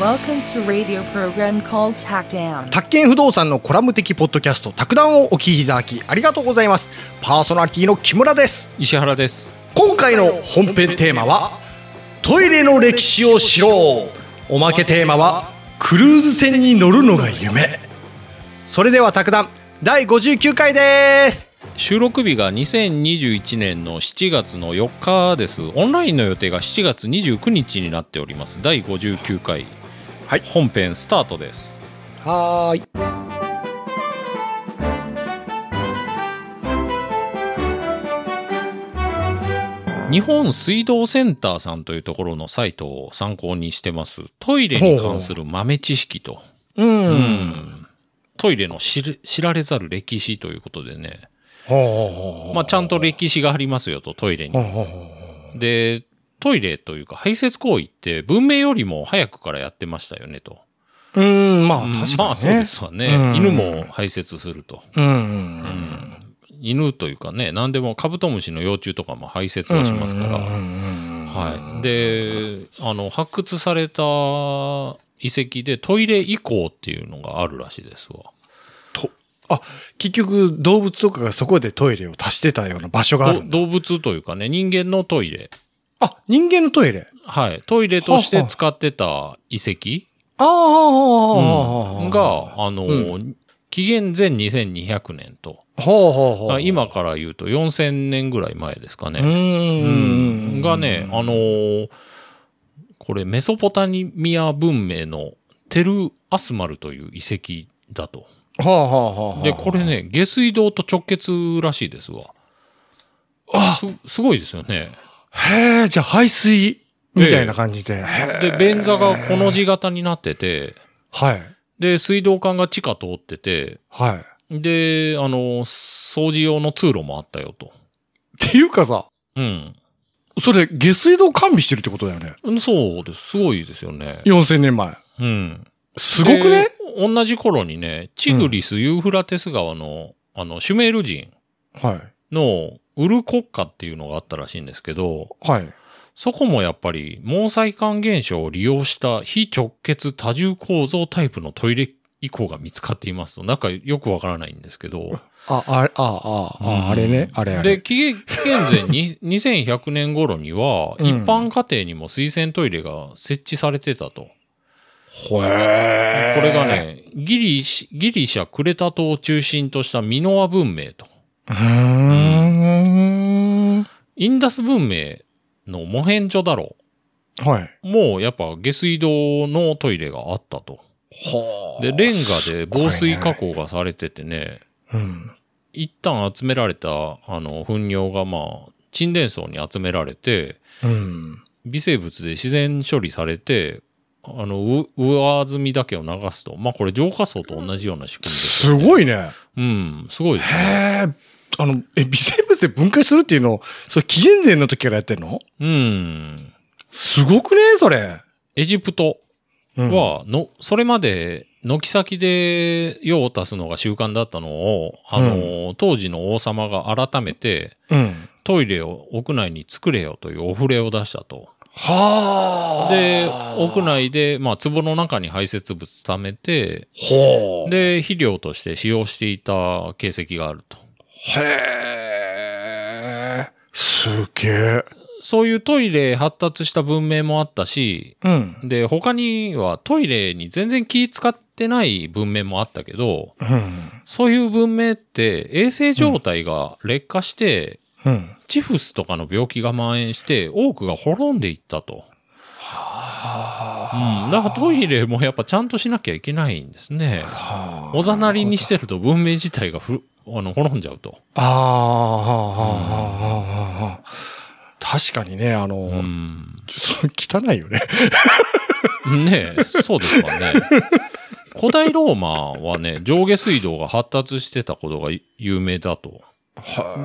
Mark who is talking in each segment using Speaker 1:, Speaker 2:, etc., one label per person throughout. Speaker 1: Welcome to radio program called Tack Down.
Speaker 2: 宅建不動産のコラム的ポッドキャスト「卓談」をお聞きいただきありがとうございますパーソナリティの木村です
Speaker 3: 石原です
Speaker 2: 今回の本編テーマは「トイレの歴史を知ろう」おまけテーマは「クルーズ船に乗るのが夢」それでは卓談第59回です
Speaker 3: 収録日が2021年の7月の4日ですオンラインの予定が7月29日になっております第59回、
Speaker 2: はい
Speaker 3: 本編スタートです
Speaker 2: はーい
Speaker 3: 日本水道センターさんというところのサイトを参考にしてますトイレに関する豆知識と
Speaker 2: うん
Speaker 3: うんトイレの知る知られざる歴史ということでね、
Speaker 2: ほ
Speaker 3: まあ、ちゃんと歴史がありますよとトイレに
Speaker 2: ほうほうほ
Speaker 3: で、トイレというか排泄行為って文明よりも早くからやってましたよねと。
Speaker 2: ううんまあ
Speaker 3: うん
Speaker 2: 確かに、ね
Speaker 3: まあそうですわね。
Speaker 2: うん
Speaker 3: 犬も排泄すると。
Speaker 2: うん
Speaker 3: うん犬というかね、何でもカブトムシの幼虫とかも排泄はしますから。はい。で、あの、発掘された遺跡でトイレ遺構っていうのがあるらしいですわ。
Speaker 2: 結局動物とかがそこでトイレを足してたような場所がある
Speaker 3: ど
Speaker 2: んだ
Speaker 3: 動物というかね、人間のトイレ。
Speaker 2: あ人間のトイレ
Speaker 3: はい。トイレとして使ってた遺跡
Speaker 2: ああ、
Speaker 3: うんが、あの、
Speaker 2: う
Speaker 3: 紀元前2200年と、
Speaker 2: ほうほうほう。
Speaker 3: あ今から言うと4000年ぐらい前ですか
Speaker 2: う。
Speaker 3: ね。うんがね、あの、ーこれメソポタミア文明のテル・アスマルという遺跡だと。
Speaker 2: はあはあはあ。
Speaker 3: で、これ。ね、下水道と直結らしいですわ。すすごいですよね。
Speaker 2: へえ、じゃあ排水みたいな感じで。へえ
Speaker 3: で、便座がこの字型になってて、
Speaker 2: はい。
Speaker 3: で、水道管が地下通ってて、
Speaker 2: はい。っ
Speaker 3: で、あの、掃除用の通路もあったよと。
Speaker 2: ていうかさ、
Speaker 3: うん。
Speaker 2: それ下水道完備してるってことだよね。
Speaker 3: そうです。すごいですよね。
Speaker 2: 4000年前。
Speaker 3: うん。
Speaker 2: すごくね
Speaker 3: で同じ頃にね、チグリス・ユーフラテス川の、あの、シュメール人
Speaker 2: はい。
Speaker 3: のウル国家っていうのがあったらしいんですけど、
Speaker 2: はい。
Speaker 3: そこもやっぱり毛細管現象を利用した非直結多重構造タイプのトイレ以降が見つかっていますと、なんかよくわからないんですけど。
Speaker 2: あ、あれ、あ、あ、あ、あれね。あれあれ。
Speaker 3: で、紀元紀元前に 2100年頃には、
Speaker 2: うん
Speaker 3: 一般家庭にも水洗トイレが設置されてたと。
Speaker 2: ほえ
Speaker 3: これが。ね、ギリシ、ギリシャ・クレタ島を中心としたミノア文明と、
Speaker 2: うーん。
Speaker 3: インダス文明のモヘンジョダロ
Speaker 2: はい。
Speaker 3: もうやっぱ下水道のトイレがあったと。
Speaker 2: は
Speaker 3: で、レンガで防水加
Speaker 2: す
Speaker 3: 工がされててね、
Speaker 2: ごいねうん。
Speaker 3: 一旦集められた、あの、糞尿がまあ、沈殿層に集められて、
Speaker 2: うん。
Speaker 3: 微生物で自然処理されて、あの、う上積みだけを流すと。まあこれ浄化層と同じような仕組みです
Speaker 2: す
Speaker 3: よね。
Speaker 2: ごいね。
Speaker 3: うん、すごいですね。
Speaker 2: へえ。あの、え、微生物で分解するっていうのを、それ紀元前の時からやってんの
Speaker 3: うん。
Speaker 2: すごくねそれ。
Speaker 3: エジプト
Speaker 2: うん、
Speaker 3: はの、それまで軒先で用を足すのが習慣だったのを、あの、当時の王様が改めて
Speaker 2: うん。
Speaker 3: トイレを屋内に作れよというお触れを出したと。
Speaker 2: はあ。
Speaker 3: で、屋。内で、まあ、壺の中に排泄物溜めて、
Speaker 2: ほう。、
Speaker 3: で、肥料として使用していた形跡があると。
Speaker 2: へえ。すげえ。
Speaker 3: そういうトイレ発達した文明もあったし、
Speaker 2: うん。
Speaker 3: で、他にはトイレに全然気使ってない文明もあったけど、
Speaker 2: うん。
Speaker 3: そういう文明って衛生状態が劣化して、
Speaker 2: うん。
Speaker 3: チフスとかの病気が蔓延して、多くが滅んでいったと。うん。だからトイレもやっぱちゃんとしなきゃいけないんですね。
Speaker 2: はあ
Speaker 3: おざなりにしてると文明自体がふあの滅んじゃうと。
Speaker 2: ああ、はあ、はあ、はあ、はあ。確かにね、あの、
Speaker 3: うん。
Speaker 2: そ汚いよね。
Speaker 3: ねえ、そうですわね。 古代ローマはね、上下水道が発達してたことが有名だと。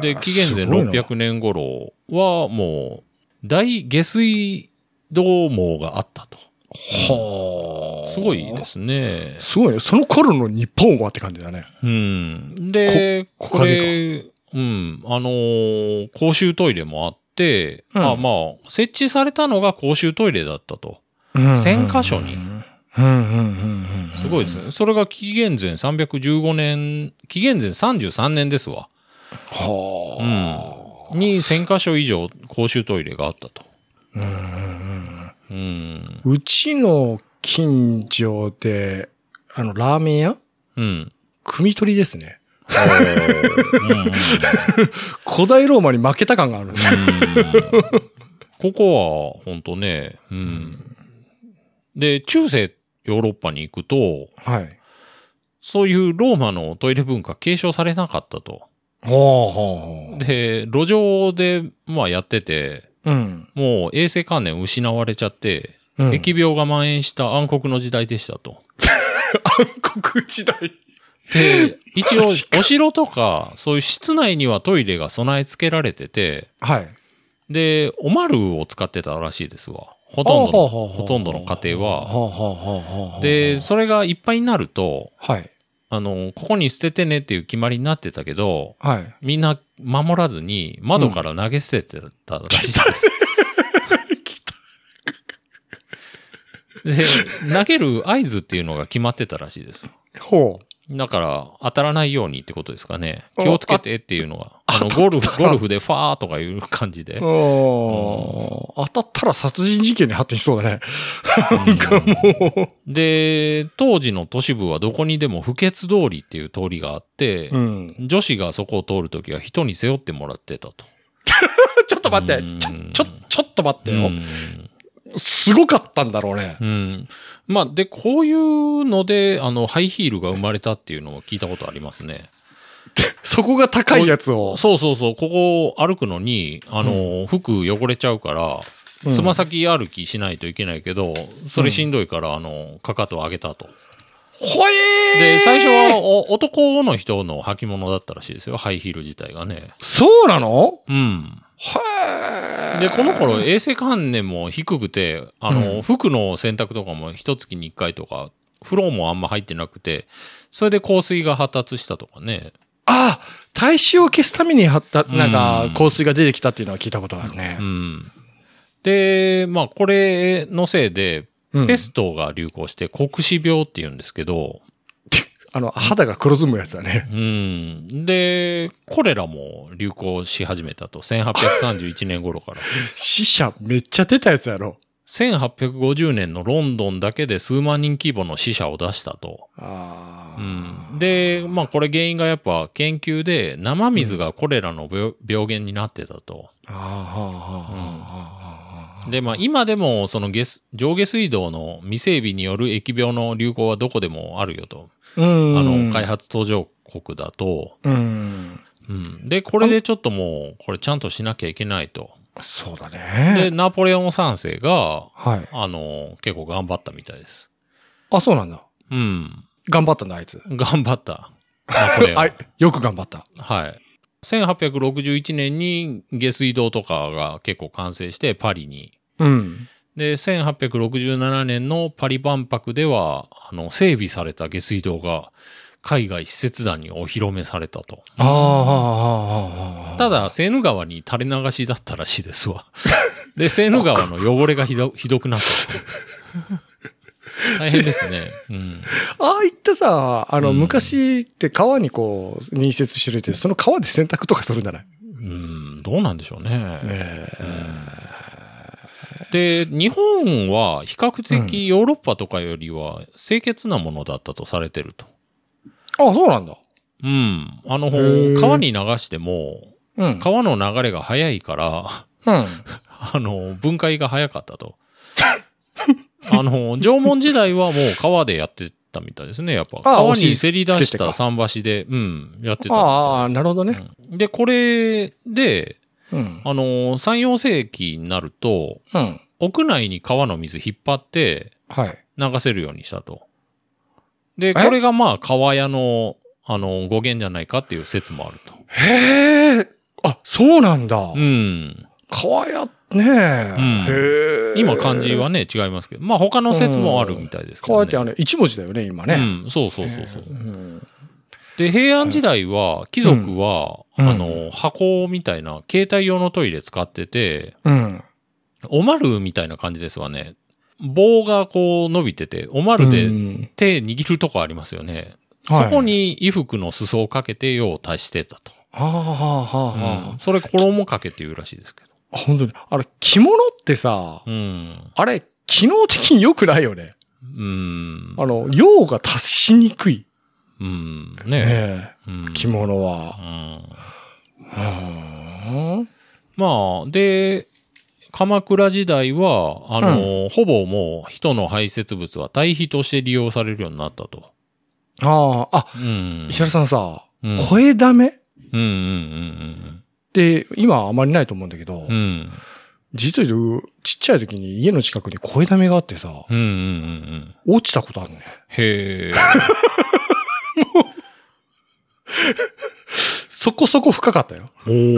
Speaker 3: で、紀元前600年頃はもう、大下水道網があったと。
Speaker 2: はあ。
Speaker 3: すごいですね。
Speaker 2: すごいね。その頃の日本はって感じだね。
Speaker 3: うん。で、
Speaker 2: こ
Speaker 3: これ、うん、あのー公衆トイレもあって、
Speaker 2: うん
Speaker 3: あまあ、設置されたのが公衆トイレだったと。1000箇所に
Speaker 2: うんうんうんうん
Speaker 3: すごいですね。それが紀元前315年、紀元前33年ですわ。
Speaker 2: は
Speaker 3: あ。うん。に1000カ所以上公衆トイレがあったと。
Speaker 2: うんうんうん
Speaker 3: うん。
Speaker 2: うんうちの近所で、あの、ラーメン屋
Speaker 3: うん。
Speaker 2: 組取りですね。
Speaker 3: う んうんうん
Speaker 2: 古代ローマに負けた感があるんですよ。
Speaker 3: ここは、本当ね、うん。で、中世ヨーロッパに行くと、
Speaker 2: はい。
Speaker 3: そういうローマのトイレ文化継承されなかったと。
Speaker 2: ほうほうほう。
Speaker 3: で、路上で、まあやってて、
Speaker 2: うん。
Speaker 3: もう衛生観念失われちゃって、
Speaker 2: うん
Speaker 3: 疫病が蔓延した暗黒の時代でした と。
Speaker 2: 暗黒時代。
Speaker 3: で、一応
Speaker 2: マジ、
Speaker 3: お城とか、そういう室内にはトイレが備え付けられてて、
Speaker 2: はい。
Speaker 3: で、オマルーを使ってたらしいですわ。ほとんどの、ほとんどの家庭は
Speaker 2: ほうほうほうほうほう
Speaker 3: で、それがいっぱいになると、
Speaker 2: はい。
Speaker 3: あの、ここに捨ててねっていう決まりになってたけど、
Speaker 2: はい。
Speaker 3: みんな守らずに窓から投げ捨ててたらし いです。で、投げる合図っていうのが決まってたらしいです。
Speaker 2: ほう。
Speaker 3: だから、当たらないようにってことですかね。
Speaker 2: あ
Speaker 3: 気をつけてっていうのが、あの、ゴルフ、ゴルフでファーとかいう感じで。
Speaker 2: おー当たったら殺人事件に発展しそうだね。
Speaker 3: うんで、当時の都市部はどこにでも不潔通りっていう通りがあって、
Speaker 2: ん。
Speaker 3: 女子がそこを通るときは人に背負ってもらってたと。
Speaker 2: ちょっと待って
Speaker 3: うん。
Speaker 2: ちょ、ちょ、ちょっと待って
Speaker 3: う
Speaker 2: よ。
Speaker 3: ん
Speaker 2: すごかったんだろうね
Speaker 3: う。ん。まあ、で、こういうので、あの、ハイヒールが生まれたっていうのを聞いたことありますね。
Speaker 2: そこが高いやつを。
Speaker 3: そうそうそう、ここを歩くのに、あの、服汚れちゃうから、
Speaker 2: うん
Speaker 3: つま先歩きしないといけないけど、それしんどいから、あの、かかとを上げたと。
Speaker 2: ほえー
Speaker 3: で、最初はお男の人の履物だったらしいですよ、ハイヒール自体がね。
Speaker 2: そうなの
Speaker 3: うん。
Speaker 2: は
Speaker 3: で、この頃、衛生観念も低くて、あの、
Speaker 2: うん
Speaker 3: 服の洗濯とかも一月に一回とか、風呂もあんま入ってなくて、それで香水が発達したとかね。
Speaker 2: あ、体臭を消すために貼った、なん
Speaker 3: う
Speaker 2: か
Speaker 3: ん、
Speaker 2: 香水が出てきたっていうのは聞いたことあるね
Speaker 3: う。ん。で、まあ、これのせいで、
Speaker 2: うん
Speaker 3: ペストが流行して、黒死病って言うんですけど、
Speaker 2: あの、肌が黒ずむやつだね。
Speaker 3: うん。で、コレラも流行し始めたと。1831年 頃から。
Speaker 2: 死者めっちゃ出たやつやろ。
Speaker 3: 1850年のロンドンだけで数万人規模の死者を出したと。
Speaker 2: あ
Speaker 3: う
Speaker 2: ー
Speaker 3: ん、で、まあこれ原因がやっぱ研究で生水がコレラの病病原になってたと。
Speaker 2: あーはあはあはあはあはあ
Speaker 3: で、まあ今でもその下水上下水道の未整備による疫病の流行はどこでもあるよと。あ
Speaker 2: うん
Speaker 3: の、開発途上国だと。
Speaker 2: うん。
Speaker 3: うん、で、これでちょっともうこれちゃんとしなきゃいけないと。
Speaker 2: そうだ
Speaker 3: で、
Speaker 2: ね。
Speaker 3: ナポレオン三世が、
Speaker 2: はい。
Speaker 3: あの、結構頑張ったみたいです。
Speaker 2: あ、そうなんだ。
Speaker 3: うん。
Speaker 2: 頑張ったんだ、あいつ。
Speaker 3: 頑張った。ナポ レオン
Speaker 2: あい、よく頑張った。
Speaker 3: はい。1861年に下水道とかが結構完成してパリに。
Speaker 2: うん。
Speaker 3: で、1867年のパリ万博では、あの、整備された下水道が海外施設団にお披露目されたと。
Speaker 2: あーはあ、はあ、はあ。
Speaker 3: た、だ、セーヌ川に垂れ流しだったらしいですわ。で、セーヌ川の汚れがひどひどくなったと。大変ですね。うん。
Speaker 2: ああいったさ、あの、
Speaker 3: うん
Speaker 2: 昔って川にこう、隣接してるって、その川で洗濯とかするんじゃないね
Speaker 3: うん、どうなんでしょうね。
Speaker 2: え。
Speaker 3: で、日本は比較的ヨーロッパとかよりは清潔なものだったとされてると。
Speaker 2: あ、そうなんだ。
Speaker 3: うん。あの
Speaker 2: ー、
Speaker 3: 川に流しても、
Speaker 2: うん。
Speaker 3: 川の流れが速いから、
Speaker 2: うん。
Speaker 3: あの、分解が早かっ たと。あの、縄文時代はもう川でやってたみたいですね、やっぱ。
Speaker 2: あ
Speaker 3: 川
Speaker 2: 押し
Speaker 3: にせり出
Speaker 2: つけ
Speaker 3: して
Speaker 2: か
Speaker 3: た桟橋で、うん、やってたみたい。
Speaker 2: ああ、なるほどね。
Speaker 3: うんで、これで、
Speaker 2: うん。
Speaker 3: あの、3、4世紀になると、
Speaker 2: うん。
Speaker 3: 屋内に川の水引っ張って、
Speaker 2: はい。
Speaker 3: 流せるようにしたと。で、これがまあ、川屋の、あの、語源じゃないかっていう説もあると。
Speaker 2: へえ。あ、そうなんだ。
Speaker 3: うん。
Speaker 2: 川や、ねえ。
Speaker 3: うん
Speaker 2: へえ。
Speaker 3: 今、漢字はね、違いますけど、まあ、他の説もあるみたいですけど、
Speaker 2: 川っ
Speaker 3: ね。
Speaker 2: てあの、一文字だよね、今ね。
Speaker 3: うん、そうそうそうそう。
Speaker 2: ん。
Speaker 3: で、平安時代は、貴族は、
Speaker 2: うん
Speaker 3: あの、箱みたいな、携帯用のトイレ使ってて、
Speaker 2: うん。
Speaker 3: おまるみたいな感じですわね。棒がこう伸びてて、おまる
Speaker 2: う
Speaker 3: で
Speaker 2: ん
Speaker 3: 手握るとこありますよね。
Speaker 2: はい
Speaker 3: そこに衣服の裾をかけて用を足してたと。
Speaker 2: ああ、はあ、はあ
Speaker 3: うん、それ衣かけっていうらしいですけど。
Speaker 2: あ。本当に。あれ、着物ってさ、
Speaker 3: うん。
Speaker 2: あれ、機能的に良くないよね。
Speaker 3: うん。
Speaker 2: あの、用が達しにくい。
Speaker 3: うん。
Speaker 2: ね
Speaker 3: ね
Speaker 2: え
Speaker 3: え。うん
Speaker 2: 着物は。
Speaker 3: うん。
Speaker 2: うん
Speaker 3: まあ、で、鎌倉時代は、あの、ほぼもう人の排泄物は堆肥として利用されるようになったと。
Speaker 2: ああ、あ、
Speaker 3: うん。
Speaker 2: 石原さんさ、
Speaker 3: うん
Speaker 2: 声だめっ
Speaker 3: うんうん
Speaker 2: て今あまりないと思うんだけど、
Speaker 3: うんうん。うん。
Speaker 2: 実は言うとちっちゃい時に家の近くに声だめがあってさ、
Speaker 3: うんうんうんうん。
Speaker 2: 落ちたことあるね。
Speaker 3: へえ。
Speaker 2: そこそこ深かったよ。
Speaker 3: お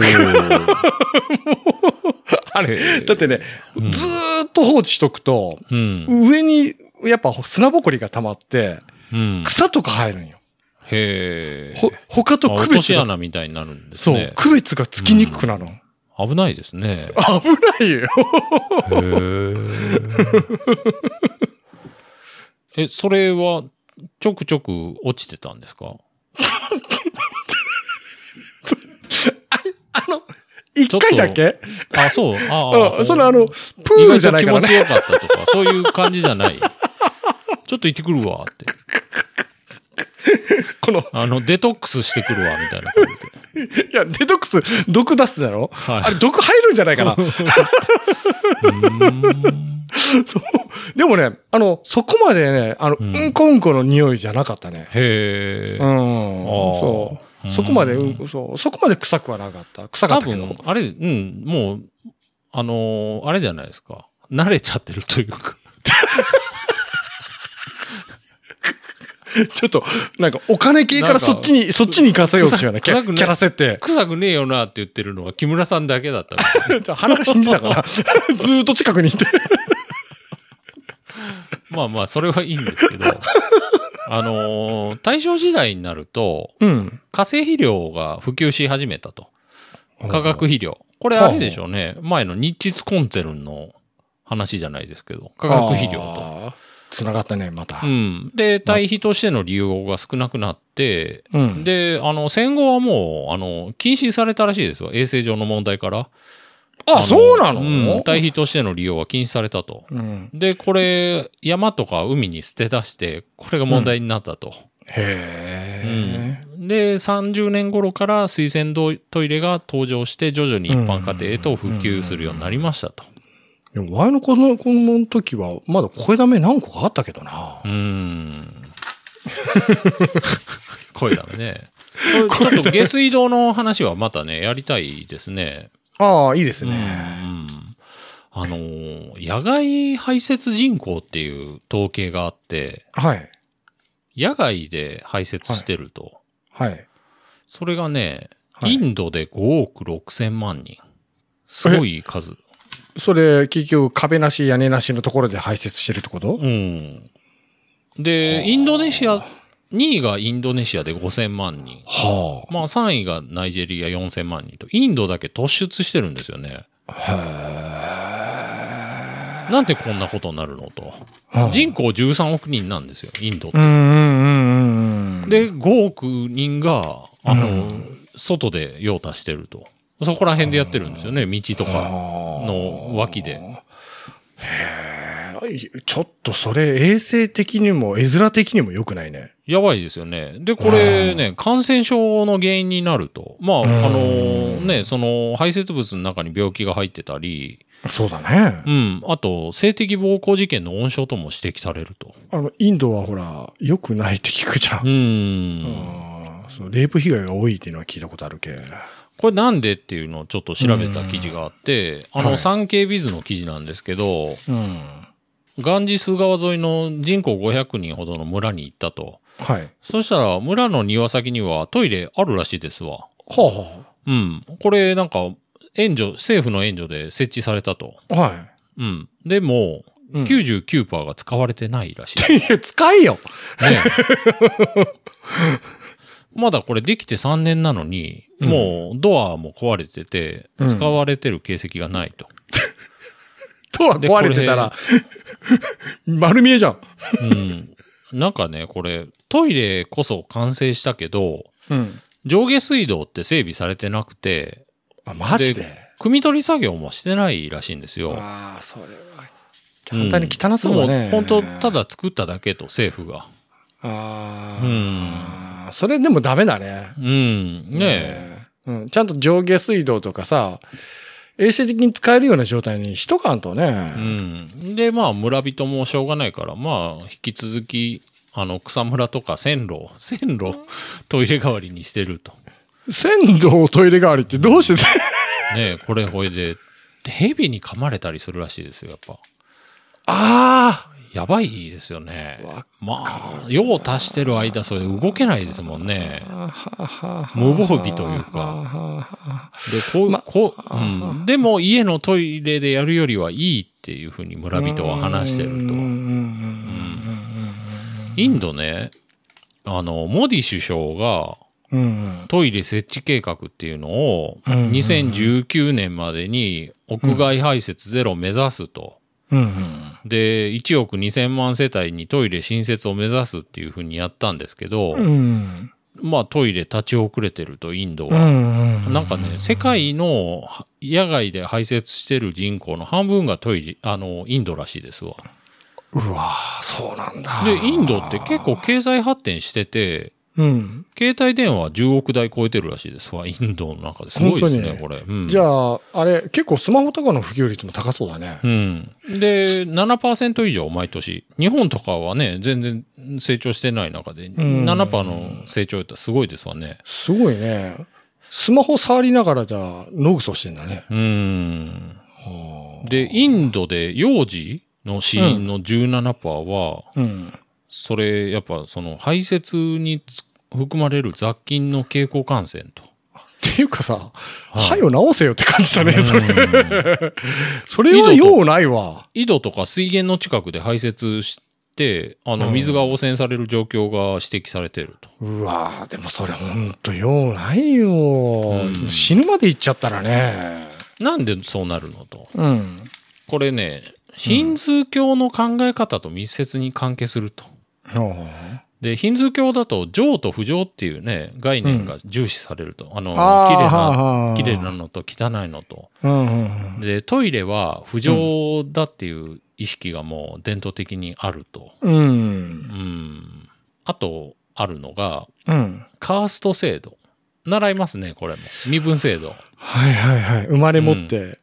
Speaker 3: お。
Speaker 2: あれ、
Speaker 3: れ
Speaker 2: だってね、
Speaker 3: うん
Speaker 2: ずーっと放置しとくと、
Speaker 3: うん。
Speaker 2: 上にやっぱ砂ぼこりが溜まって、
Speaker 3: うん。
Speaker 2: 草とか生えるんよ。
Speaker 3: へえ。
Speaker 2: ほ、他と
Speaker 3: あ
Speaker 2: 区
Speaker 3: 落と
Speaker 2: 別
Speaker 3: し
Speaker 2: が、
Speaker 3: 穴みたいになるんです
Speaker 2: そう
Speaker 3: ね、。
Speaker 2: 区別がつきにくくなるの。
Speaker 3: 危ないですね。
Speaker 2: 危ないよ。
Speaker 3: へえ。え、それは、ちょくちょく落ちてたんですか
Speaker 2: あの、一回だけ
Speaker 3: あ、そう。あ
Speaker 2: う
Speaker 3: あ。
Speaker 2: ん、そのあの、プ
Speaker 3: 意
Speaker 2: ール
Speaker 3: 外
Speaker 2: じゃ
Speaker 3: と
Speaker 2: ない
Speaker 3: 気
Speaker 2: からね。
Speaker 3: 持ちよかったとか、そういう感じじゃない。ちょっと行ってくるわって。
Speaker 2: この、
Speaker 3: あの、デトックスしてくるわ、みたいな感じで。
Speaker 2: いや、デトックス、毒出すだろ
Speaker 3: はい。
Speaker 2: あれ、毒入るんじゃないか な。
Speaker 3: うーん
Speaker 2: でもね、あの、そこまでね、あの、う
Speaker 3: うん
Speaker 2: んこうんこの匂いじゃなかったね。
Speaker 3: へえ
Speaker 2: うん。。そ
Speaker 3: あ
Speaker 2: う。
Speaker 3: ー
Speaker 2: そこまで、
Speaker 3: うん
Speaker 2: うんそう。そこまで臭くはなかった。臭かっ
Speaker 3: 多
Speaker 2: たけど
Speaker 3: 分。、あれ、うん、もう、あのーあれじゃないですか。慣れちゃってるというか。
Speaker 2: ちょっと、なんか、お金系からそっちに、そっちに行かせようとしようね。キ
Speaker 3: 臭
Speaker 2: ャ
Speaker 3: く臭くね
Speaker 2: キャラ設定。
Speaker 3: 臭くねえよなって言ってるのが木村さんだけだ ったみたい
Speaker 2: ちょっと鼻が死んでた から。ずーっと近くにいて。
Speaker 3: まあまあ、それはいいんですけど。あのー大正時代になると、
Speaker 2: うん。
Speaker 3: 化成肥料が普及し始めたと。化学肥料。これあれでしょうね。前の日チコンツェルンの話じゃないですけど。化学肥料と。
Speaker 2: と。繋がったね、また
Speaker 3: う。ん。で、堆肥としての利用が少なくなって、
Speaker 2: うん
Speaker 3: で、あの、戦後はもう、あの、禁止されたらしいですよ。衛生上の問題から。
Speaker 2: あ、
Speaker 3: の
Speaker 2: そうなの
Speaker 3: うん堆肥としての利用は禁止されたと。
Speaker 2: うん。
Speaker 3: で、これ、山とか海に捨て出して、これが問題になったと。
Speaker 2: へえ。
Speaker 3: うんで、30年頃から水洗トイレが登場して、徐々に一般家庭へと普及するようになりましたと。
Speaker 2: でも、ワイの子の、子供の時は、まだ声だめ何個かあったけどな
Speaker 3: う。ーん。声だね。これちょっと下水道の話はまたね、やりたいですね。
Speaker 2: ああ、いいです
Speaker 3: うん。う
Speaker 2: ね。
Speaker 3: んあのー、野外排泄人口っていう統計があって、
Speaker 2: はい。
Speaker 3: 野外で排泄してると、
Speaker 2: はい。
Speaker 3: それがね、
Speaker 2: はい
Speaker 3: インドで5億6千万人。すごい数。
Speaker 2: それ、結局、壁なし、屋根なしのところで排泄してるってこと
Speaker 3: うん。
Speaker 2: はあ
Speaker 3: で、インドネシア、2位がインドネシアで5000万人。
Speaker 2: は
Speaker 3: まあ3位がナイジェリア4000万人と、インドだけ突出してるんですよね。
Speaker 2: あ。へ
Speaker 3: なんでこんなことになるのと。
Speaker 2: え。
Speaker 3: 人口13億人なんですよ、インドって
Speaker 2: うんうんうんうんうん。、
Speaker 3: で、5億人が、あの、
Speaker 2: うん
Speaker 3: 外で用足してると。そこら辺でやってるんですよね、道とか。
Speaker 2: の
Speaker 3: の脇で。
Speaker 2: へえ。ちょっとそれ、衛生的にも、絵面的にも良くないね。
Speaker 3: やばいですよね。で、これね、感染症の原因になると。まあ、あ
Speaker 2: うん
Speaker 3: の、ね、その、排泄物の中に病気が入ってたり、
Speaker 2: そうだね
Speaker 3: う。ん、あと、性的暴行事件の温床とも指摘されると。
Speaker 2: あの、インドはほら、良くないって聞くじゃん
Speaker 3: う。ん。
Speaker 2: あーそうレイプ被害が多いっていうのは聞いたことあるけ。
Speaker 3: これなんでっていうのをちょっと調べた記事があって、あ
Speaker 2: は
Speaker 3: の、
Speaker 2: い
Speaker 3: 産経ビズの記事なんですけど、
Speaker 2: うん。
Speaker 3: ガンジス川沿いの人口500人ほどの村に行ったと。
Speaker 2: はい。は
Speaker 3: そしたら、村の庭先にはトイレあるらしいですわ。
Speaker 2: あ、は
Speaker 3: うん。これ、なんか、援助、政府の援助で設置されたと。
Speaker 2: あ、は
Speaker 3: うん。でも、
Speaker 2: い。うん、い
Speaker 3: 99%が使われてないらしい。
Speaker 2: や、使えよ
Speaker 3: ね えまだこれできて3年なのに、
Speaker 2: うん
Speaker 3: もうドアも壊れてて
Speaker 2: う、ん
Speaker 3: 使われてる形跡がないと。
Speaker 2: 塔が壊れてたら、丸見えじゃん。
Speaker 3: うん。なんかね、これ、トイレこそ完成したけど、
Speaker 2: うん。
Speaker 3: 上下水道って整備されてなくて、
Speaker 2: あ、マジで。
Speaker 3: 汲み取り作業もしてないらしいんですよ。
Speaker 2: ああ、それは、簡単に汚そうだね。
Speaker 3: もう本当、た。だ作っただけと、政府が。
Speaker 2: あ
Speaker 3: うん
Speaker 2: あ、それでもダメだね。
Speaker 3: うん。ねえ。
Speaker 2: え。うん。ちゃんと上下水道とかさ、衛生的に使えるような状態にしとかんとね。
Speaker 3: うん。で、まあ、村人もしょうがないから、まあ、引き続き、あの、草むらとか線路を、線路をトイレ代わりにしてると。
Speaker 2: 線路をトイレ代わりってどうして
Speaker 3: ねえ、これ、ほいで、蛇に噛まれたりするらしいですよ、やっぱ。
Speaker 2: あ
Speaker 3: やばいですよね
Speaker 2: わ。
Speaker 3: まあ、用を足してる間、それ動けないですもんね。
Speaker 2: あ
Speaker 3: 無防備というか。
Speaker 2: か。
Speaker 3: で、こう、
Speaker 2: ま
Speaker 3: こう、うん。でも、家のトイレでやるよりはいいっていうふうに村人は話してると
Speaker 2: うん。うんうん
Speaker 3: インドね、あの、モディ首相が
Speaker 2: うんうん
Speaker 3: トイレ設置計画っていうのを、
Speaker 2: うんうんうん
Speaker 3: 2019年までに屋外排泄ゼロを目指すと。
Speaker 2: うんうん
Speaker 3: で、1億2000万世帯にトイレ新設を目指すっていうふうにやったんですけど、
Speaker 2: うん
Speaker 3: まあトイレ立ち遅れてると、インド
Speaker 2: う
Speaker 3: は。
Speaker 2: んうん
Speaker 3: なんかね、世界のは野外で排泄してる人口の半分がトイレ、あの、インドらしいですわ。
Speaker 2: うわーそうなんだ
Speaker 3: で、インドって結構経済発展してて、
Speaker 2: うん
Speaker 3: 携帯電話10億台超えてるらしいですわ、インドの中ですごいですね
Speaker 2: 本、当
Speaker 3: これ。うん、
Speaker 2: じゃああれ結構スマホとかの普及率も高そうだね
Speaker 3: うん。で、7%以上毎年。日本とかはね、全然成長してない中で、
Speaker 2: ん
Speaker 3: 7%の成長ってすごいですわね。
Speaker 2: すごいねスマホ触りながらじゃあノグソしてんだね
Speaker 3: うん。で、インドで幼児の死因の17%は、
Speaker 2: うん
Speaker 3: それ、やっぱその排泄につ含まれる雑菌の経口感染と。
Speaker 2: っていうかさ
Speaker 3: い
Speaker 2: 歯を直せよって感じだね それ
Speaker 3: うん
Speaker 2: それは用ないわ
Speaker 3: 井戸とか水源の近くで排泄して、あ
Speaker 2: う
Speaker 3: の、
Speaker 2: ん
Speaker 3: 水が汚染される状況が指摘されてると。
Speaker 2: うわーでもそれほんと用ないよ、
Speaker 3: ん
Speaker 2: 死ぬまで行っちゃったらね
Speaker 3: なんでそうなるのと。
Speaker 2: うん
Speaker 3: これね、ヒンズー教の考え方と密接に関係すると。で、ヒンズー教だと、情と不情っていうね、概念が重視されると。あの、綺麗な、
Speaker 2: な
Speaker 3: 綺麗なのと汚いのと。
Speaker 2: うんうん
Speaker 3: で、トイレは不情だっていう意識がもう伝統的にあると。
Speaker 2: うん。う。
Speaker 3: うんん。あと、あるのが、
Speaker 2: うん。
Speaker 3: カースト制度。習いますね、これも。身分制度。
Speaker 2: はいはいはい。生まれ持って。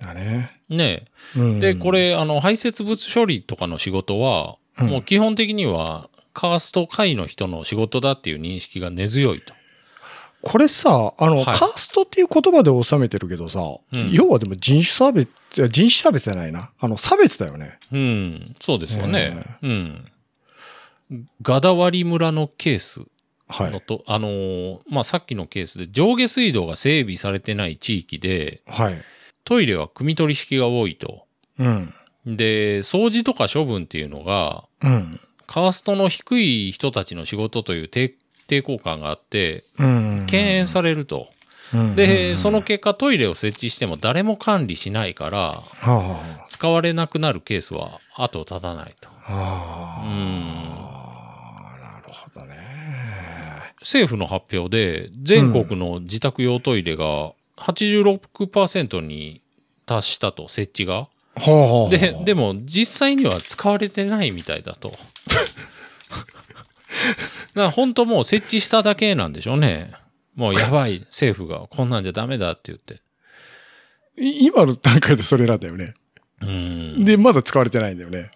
Speaker 2: だね。
Speaker 3: ね
Speaker 2: うん
Speaker 3: えで、こ、れ、あの、排泄物処理とかの仕事は、
Speaker 2: うん
Speaker 3: もう基本的には、カースト下位の人の仕事だっていう認識が根強いと。
Speaker 2: これさ、あの、
Speaker 3: はい
Speaker 2: カーストっていう言葉で収めてるけどさ、
Speaker 3: ん
Speaker 2: 要はでも人種差別、いや人種差別じゃないな。あの、差別だよね。
Speaker 3: うん、そうですよね。うん。ガダワリ村のケース
Speaker 2: は
Speaker 3: の
Speaker 2: い。
Speaker 3: と、あのーまあ、さっきのケースで上下水道が整備されてない地域で、
Speaker 2: はい。
Speaker 3: トイレは汲み取り式が多いと。
Speaker 2: うん。
Speaker 3: で、掃除とか処分っていうのが、
Speaker 2: うん。
Speaker 3: カーストの低い人たちの仕事という抵抵抗感があって、
Speaker 2: うん。
Speaker 3: 敬遠されると。
Speaker 2: うん
Speaker 3: で、その、結果トイレを設置しても誰も管理しないから、
Speaker 2: は
Speaker 3: 使われなくなるケースは後を絶たないと。
Speaker 2: あ、は
Speaker 3: う
Speaker 2: あ、
Speaker 3: ん。
Speaker 2: なるほどね。
Speaker 3: 政府の発表で、全国の自宅用トイレが86%に達したと、設置が。
Speaker 2: はあ。
Speaker 3: で、でも実際には使われてないみたい だと。だから本当もう設置しただけなんでしょうね。もうや ばい、政府がこんなんじゃダメだって言って。
Speaker 2: い今の段階でそれなんだよね。
Speaker 3: うん。で、
Speaker 2: で、まだ使われてないんだよね。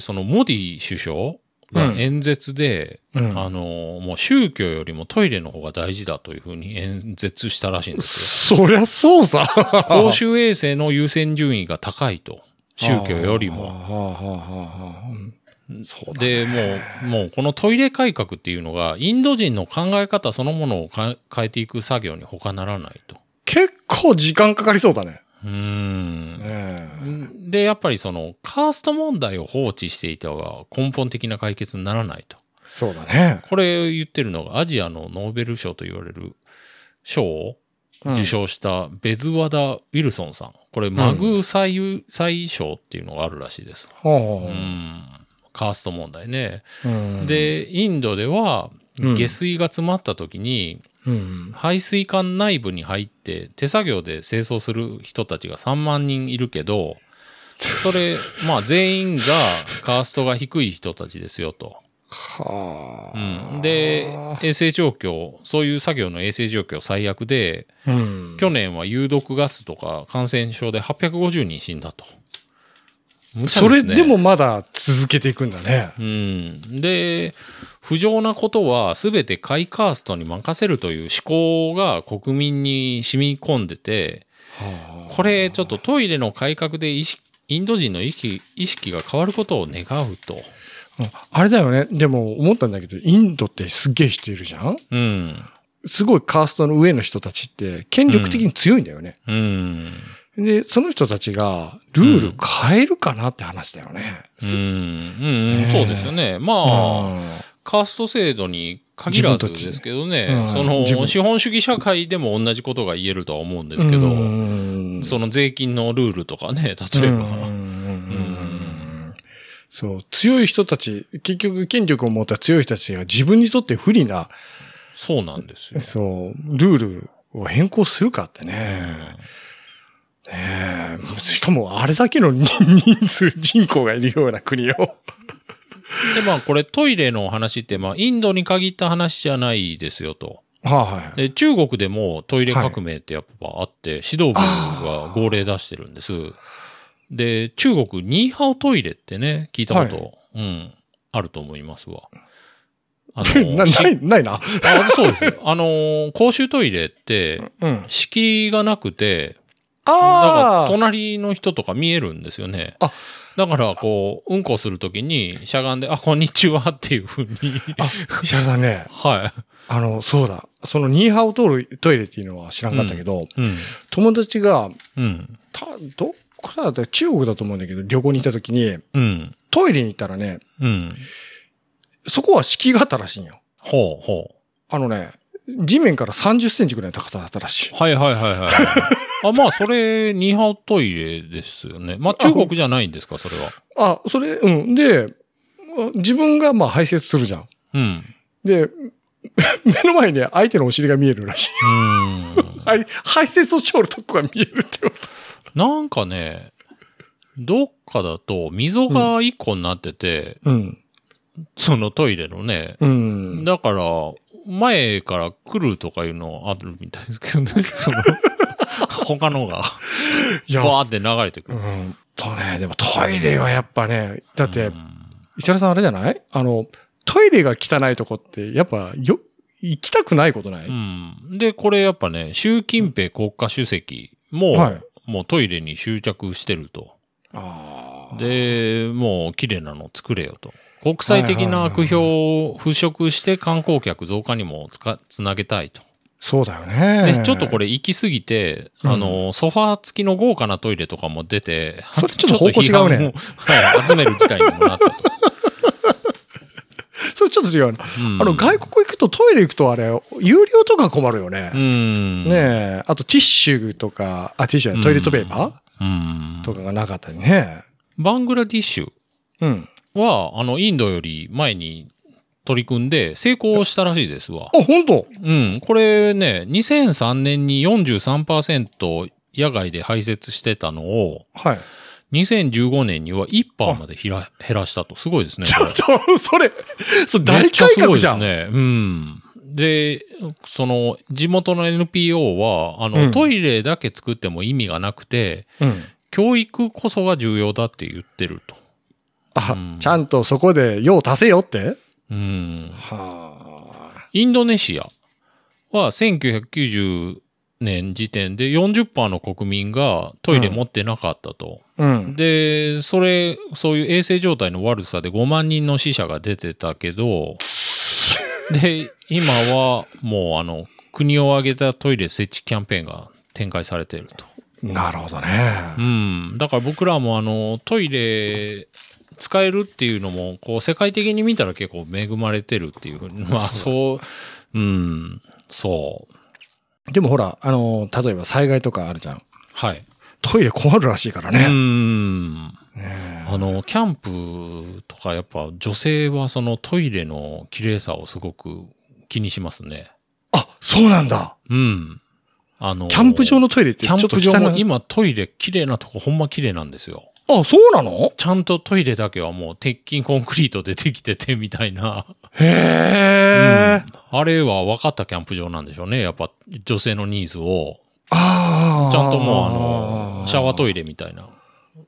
Speaker 3: そのモディ首相が演説で、
Speaker 2: うん
Speaker 3: あの、もう宗教よりもトイレの方が大事だというふうに演説したらしいんです
Speaker 2: そりゃそうさ。
Speaker 3: よ。公衆衛生の優先順位が高いと。宗教より
Speaker 2: は
Speaker 3: も。
Speaker 2: あはあはあはあうんそうだ
Speaker 3: で、もう、もうこのトイレ改革っていうのが、インド人の考え方そのものをか変えていく作業に他ならないと。
Speaker 2: 結構時間かかりそうだね。
Speaker 3: うーん。
Speaker 2: ね
Speaker 3: で、やっぱりその、カースト問題を放置していては根本的な解決にならないと。
Speaker 2: そうだね。
Speaker 3: これ言ってるのが、アジアのノーベル賞と言われる賞を
Speaker 2: うん
Speaker 3: 受賞したベズワダ・ウィルソンさん。これ、マグ最優、最賞っていうのがあるらしいです。う
Speaker 2: は
Speaker 3: ん。カースト問題ね。
Speaker 2: あ。うん、
Speaker 3: で、インドでは、
Speaker 2: うん
Speaker 3: 下水が詰まった時に、
Speaker 2: うん。
Speaker 3: 排水管内部に入って手作業で清掃する人たちが3万人いるけど、それ、 まあ全員がカーストが低い人たちですよと。
Speaker 2: は
Speaker 3: う
Speaker 2: あ。
Speaker 3: ん、で、衛生状況、そういう作業の衛生状況最悪で、
Speaker 2: うん、
Speaker 3: 去年は有毒ガスとか感染症で850人死んだと。無茶
Speaker 2: そ
Speaker 3: す
Speaker 2: れ
Speaker 3: ね
Speaker 2: でも、まだ続けていくんだね。
Speaker 3: うん。で、不条なことは全て下位カーストに任せるという思考が国民に染み込んでて、
Speaker 2: はあ
Speaker 3: これちょっとトイレの改革で意識インド人の意識意識が変わることを願うと。
Speaker 2: うんあれだよね。でも思ったんだけど、インドってすっげえ人いるじゃん
Speaker 3: うん。
Speaker 2: すごいカーストの上の人たちって権力的に強いんだよね。
Speaker 3: うん。
Speaker 2: で、その人たちがルール変えるかなって話だよね。
Speaker 3: う
Speaker 2: すね
Speaker 3: ん。うん。
Speaker 2: え
Speaker 3: そうですよね。まあ、カースト制度に限らず
Speaker 2: 自分たち
Speaker 3: ですけどね、
Speaker 2: うん
Speaker 3: その
Speaker 2: 自分
Speaker 3: 資本主義社会でも同じことが言えるとは思うんですけど、
Speaker 2: うん
Speaker 3: その税金のルールとかね、例えば。
Speaker 2: うんそう、強い人たち、結局権力を持った強い人たちが自分にとって不利な、
Speaker 3: そうなんですよ。
Speaker 2: そう、ルールを変更するかってね。ねえしかもあれだけの人人数、人口がいるような国を。
Speaker 3: で、まあこれトイレの話って、まあインドに限った話じゃないですよと。
Speaker 2: はい。
Speaker 3: で、中国でもトイレ革命ってやっぱあって、指導部が号令出してるんです。で、中国、ニーハオトイレってね、聞いたこと、うん、あると思いますわ。あ
Speaker 2: な、
Speaker 3: し
Speaker 2: ない、ないな。
Speaker 3: あそうですよ。あのー公衆トイレって、
Speaker 2: うん。
Speaker 3: 敷居がなくて、だか
Speaker 2: あ
Speaker 3: ら
Speaker 2: あ
Speaker 3: 隣の人とか見えるんですよね。
Speaker 2: あ
Speaker 3: だから、こう、うんこするときに、しゃがんで、あ、こんにちはっていうふうに。
Speaker 2: 石原さんね、
Speaker 3: は
Speaker 2: あの、そうだ。そのニーハオトイレトイレっていうのは知らんかったけど、
Speaker 3: い。うん。
Speaker 2: 友達が、
Speaker 3: うん。
Speaker 2: た、どこだった中国だと思うんだけど、旅行に行った時に、
Speaker 3: うん。
Speaker 2: トイレに行ったらね、
Speaker 3: うん。
Speaker 2: そこは敷居があったらしいんよ。
Speaker 3: ほうほ
Speaker 2: あのね、地面から30センチぐらいの高さだったらしい。
Speaker 3: う。はいはいはいはい。あ、まあ、それ、ニーハオトイレですよね。まあ、中国じゃないんですか、それは。
Speaker 2: あ、それ、うん。で、自分がまあ排泄するじゃん。
Speaker 3: うん。
Speaker 2: で、 目の前に相手のお尻が見えるらしい。
Speaker 3: うん。
Speaker 2: はい排泄をしおるとこが見えるってこと。
Speaker 3: なんかね、どっかだと溝が一個になってて、
Speaker 2: うん。
Speaker 3: そのトイレのね。
Speaker 2: うん。
Speaker 3: だから、前から来るとかいうのあるみたいですけどね、そ の、他のが、
Speaker 2: いや、
Speaker 3: バーって流れてく
Speaker 2: う
Speaker 3: る。
Speaker 2: ん。とね、でもトイレはやっぱね、だって、
Speaker 3: うん
Speaker 2: 石原さんあれじゃないあの、トイレが汚いとこって、やっぱ、よ、行きたくないことない、
Speaker 3: うんで、これやっぱね、習近平国家主席も、
Speaker 2: はい。
Speaker 3: もうトイレに執着してると。
Speaker 2: あー、
Speaker 3: で、もう綺麗なの作れよと。国際的な悪評を払拭して観光客増加にもつかつなげたいと。
Speaker 2: そうだよね。
Speaker 3: で、ちょっとこ
Speaker 2: れ、
Speaker 3: れ行き過ぎて、
Speaker 2: うん
Speaker 3: あの、ソファー付きの豪華なトイレとかも出て、
Speaker 2: それちょっと方向違うね
Speaker 3: ちょっと批判をはい、集める事態にもなったと。
Speaker 2: それ ちょっと違うの。
Speaker 3: う ん
Speaker 2: あの、外国行くとトイレ行くとあれ、有料とか困るよね。
Speaker 3: うん。
Speaker 2: ねえ。あと、ティッシュとか、あ、ティッシュじゃないトイレットペーパ
Speaker 3: うん
Speaker 2: ーとかがなかったりね。
Speaker 3: バングラディッシ
Speaker 2: うん。
Speaker 3: ュは、あの、インドより前に取り組んで成功したらしいですわ。
Speaker 2: あ、本当
Speaker 3: うん。これね、2003年に43%野外で排泄してたのを、
Speaker 2: はい。
Speaker 3: 2015年には1%までひら減らしたと。すごいですね。これ
Speaker 2: ちょ、それ、そう、大改革じゃん。
Speaker 3: めっちゃすごいですね。うん。で、その、地元の NPO は、あの、
Speaker 2: うん
Speaker 3: トイレだけ作っても意味がなくて、
Speaker 2: うん。
Speaker 3: 教育こそが重要だって言ってると。
Speaker 2: あ、
Speaker 3: うん
Speaker 2: ちゃんとそこで用足せよって
Speaker 3: うん。
Speaker 2: はあ。
Speaker 3: インドネシアは1990年時点で40%の国民がトイレ持ってなかったと。
Speaker 2: うん。
Speaker 3: で、それ、そういう衛生状態の悪さで5万人の死者が出てたけど、で、今はもうあの、国を挙げたトイレ設置キャンペーンが展開されていると。
Speaker 2: なるほどね
Speaker 3: う。ん。だから僕らもあの、トイレ使えるっていうのも、こう、世界的に見たら結構恵まれてるっていうふうに。まあ、そう、うん、そう。
Speaker 2: でもほら、あの、例えば災害とかあるじゃん。
Speaker 3: はい。
Speaker 2: トイレ困るらしいから
Speaker 3: うー
Speaker 2: ね。
Speaker 3: ん。
Speaker 2: ね
Speaker 3: あの、キャンプとかやっぱ女性はそのトイレの綺麗さをすごく気にしますね。
Speaker 2: あ、そうなんだ。
Speaker 3: うん。あの、
Speaker 2: キャンプ場のトイレって
Speaker 3: キ
Speaker 2: ちょ
Speaker 3: ャ
Speaker 2: っと
Speaker 3: ンプ
Speaker 2: 汚
Speaker 3: 場も
Speaker 2: い。
Speaker 3: 今トイレ綺麗なとこほんま綺麗なんですよ。
Speaker 2: あ、そうなの
Speaker 3: ちゃんとトイレだけはもう鉄筋コンクリートでできててみたいな。
Speaker 2: へえ。
Speaker 3: あれは分かったキャンプ場なんでしょうね。やっぱ女性のニーズを。
Speaker 2: ああ。
Speaker 3: ちゃんともうあの、シャワート
Speaker 2: イレ。
Speaker 3: イレみたいな。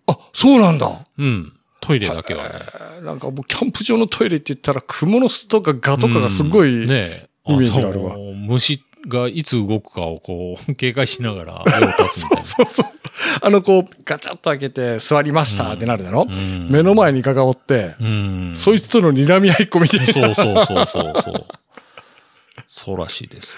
Speaker 2: あ、そうなんだ。
Speaker 3: うん。トイレだけはね。
Speaker 2: えーなんかもうキャンプ場のトイレって言ったら、クモの巣とかガとかがすご
Speaker 3: う
Speaker 2: い、
Speaker 3: んね
Speaker 2: イメージがあるわ
Speaker 3: と虫がいつ動くかをこう、 警戒しながら用を足すみたい な。
Speaker 2: そうそう。あの、こう、ガチャッと開けて座りましたってなるだろ、
Speaker 3: うん
Speaker 2: 目の前にイカがおって、
Speaker 3: うん。
Speaker 2: そいつとの睨み合いっこみたいな。
Speaker 3: そうそうそうそうそう。そうらしいです。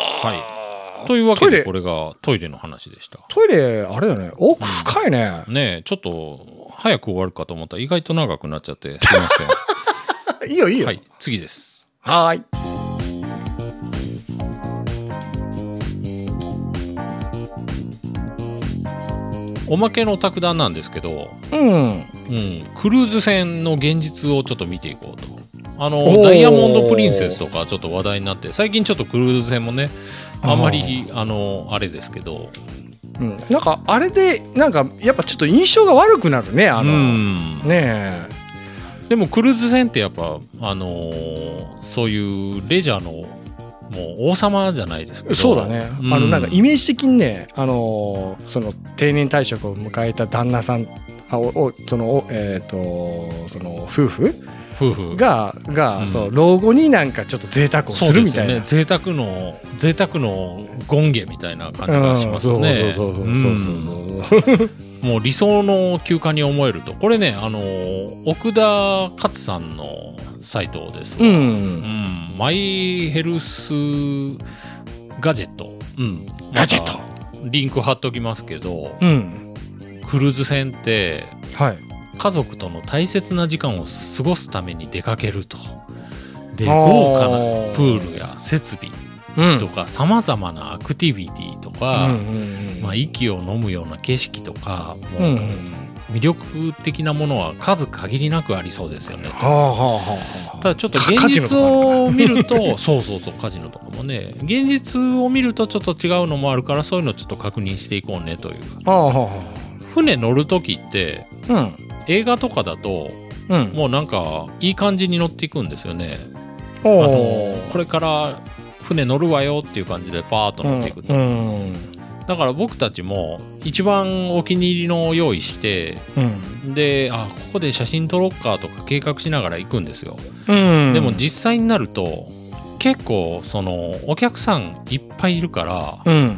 Speaker 2: は
Speaker 3: というわけ
Speaker 2: トイ
Speaker 3: で、
Speaker 2: レ
Speaker 3: これがトイレの話でした。
Speaker 2: トイレ、あれだよね。奥深いね。
Speaker 3: ねえ、ちょっと、早く終わるかと思ったら意外と長くなっちゃって、すいま せん。
Speaker 2: いいよ、いいよ。は
Speaker 3: は
Speaker 2: いい。、
Speaker 3: 次です。
Speaker 2: はーい。
Speaker 3: おまけの卓談なんですけど、
Speaker 2: うん。
Speaker 3: うん、クルーズ船の現実をちょっと見ていこうと。あ
Speaker 2: お
Speaker 3: の
Speaker 2: ー
Speaker 3: ダイヤモンド・プリンセスとかちょっと話題になって最近ちょっとクルーズ船もねあんまりあのあれですけど
Speaker 2: うんなんか、あれで、なんか、やっぱちょっと印象が悪くなるね、あ
Speaker 3: う
Speaker 2: の、
Speaker 3: ん
Speaker 2: ねえ。
Speaker 3: でもクルーズ船ってやっぱあのーそういうレジャーのもう王様じゃないですけど
Speaker 2: そうだね、
Speaker 3: うん
Speaker 2: あのなんかイメージ的にね、あのーその定年退職を迎えた旦那さんあおおそのおえっ、とその夫婦
Speaker 3: 夫婦
Speaker 2: がが、
Speaker 3: うん
Speaker 2: そう老後になんかちょっと贅沢を
Speaker 3: そう
Speaker 2: する
Speaker 3: で
Speaker 2: み
Speaker 3: す
Speaker 2: た
Speaker 3: よ
Speaker 2: いな、
Speaker 3: ね贅沢の贅沢の権下みたいな感じがします
Speaker 2: うん
Speaker 3: ね
Speaker 2: そうそうそうそう
Speaker 3: うん
Speaker 2: そうそうそう
Speaker 3: もう理想の休暇に思えるとこれねあの奥田勝さんのサイトです
Speaker 2: う
Speaker 3: わ、うんんマイヘルスガジェット、うん、
Speaker 2: ガジェット
Speaker 3: またリンク貼っときますけど、
Speaker 2: うん
Speaker 3: クルーズ船って
Speaker 2: はい
Speaker 3: 家族との大切な時間を過ごすために出かけるとで
Speaker 2: あー
Speaker 3: 豪華なプールや設備
Speaker 2: うん
Speaker 3: とかさまざまなアクティビティとか、
Speaker 2: うんうんうん
Speaker 3: まあ、息を飲むような景色とか
Speaker 2: う
Speaker 3: も
Speaker 2: ん
Speaker 3: う
Speaker 2: うん
Speaker 3: 魅力的なものは数限りなくありそうですよね。
Speaker 2: はあはあはあはあ
Speaker 3: ただちょっと現実を見るとそうそうそうカジノとかもね現実を見るとちょっと違うのもあるからそういうのちょっと確認していこうねという
Speaker 2: ああはあは
Speaker 3: 船乗る時って
Speaker 2: あうん
Speaker 3: 映画とかだと
Speaker 2: うん
Speaker 3: もうなんかいい感じに乗っていくんですよねあ
Speaker 2: お
Speaker 3: の
Speaker 2: ー
Speaker 3: これから船乗るわよっていう感じでパーッと乗っていくと、
Speaker 2: うん
Speaker 3: だから僕たちも一番お気に入りのを用意して
Speaker 2: うん
Speaker 3: であここで写真撮ろうかとか計画しながら行くんですよ
Speaker 2: うん
Speaker 3: でも実際になると結構そのお客さんいっぱいいるから
Speaker 2: うん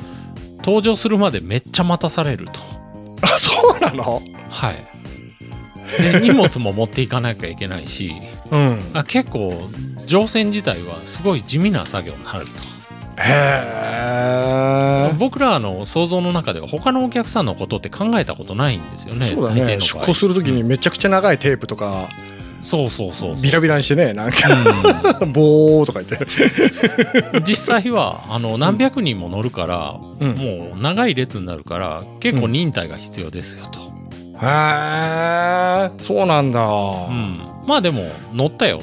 Speaker 3: 登場するまでめっちゃ待たされると
Speaker 2: あそうなの
Speaker 3: はい で荷物も持っていかなきゃいけないし
Speaker 2: うん
Speaker 3: あ結構乗船自体はすごい地味な作業になる
Speaker 2: へ
Speaker 3: と僕らの想像の中では他のお客さんのことって考えたことないんですよね
Speaker 2: え。そうだ
Speaker 3: 大抵の
Speaker 2: ね。
Speaker 3: 場
Speaker 2: 出
Speaker 3: 合
Speaker 2: 航するときにめちゃくちゃ長いテープとか、
Speaker 3: そうそうそうそう
Speaker 2: ビラビラにしてね、なんか、
Speaker 3: うん
Speaker 2: 棒とか言って。
Speaker 3: 実際はあの何百人も乗るから、
Speaker 2: うん
Speaker 3: もう長い列になるから結構忍耐が必要ですよと、
Speaker 2: へえ、そうなんだ。
Speaker 3: う
Speaker 2: うん
Speaker 3: まあでも乗ったよ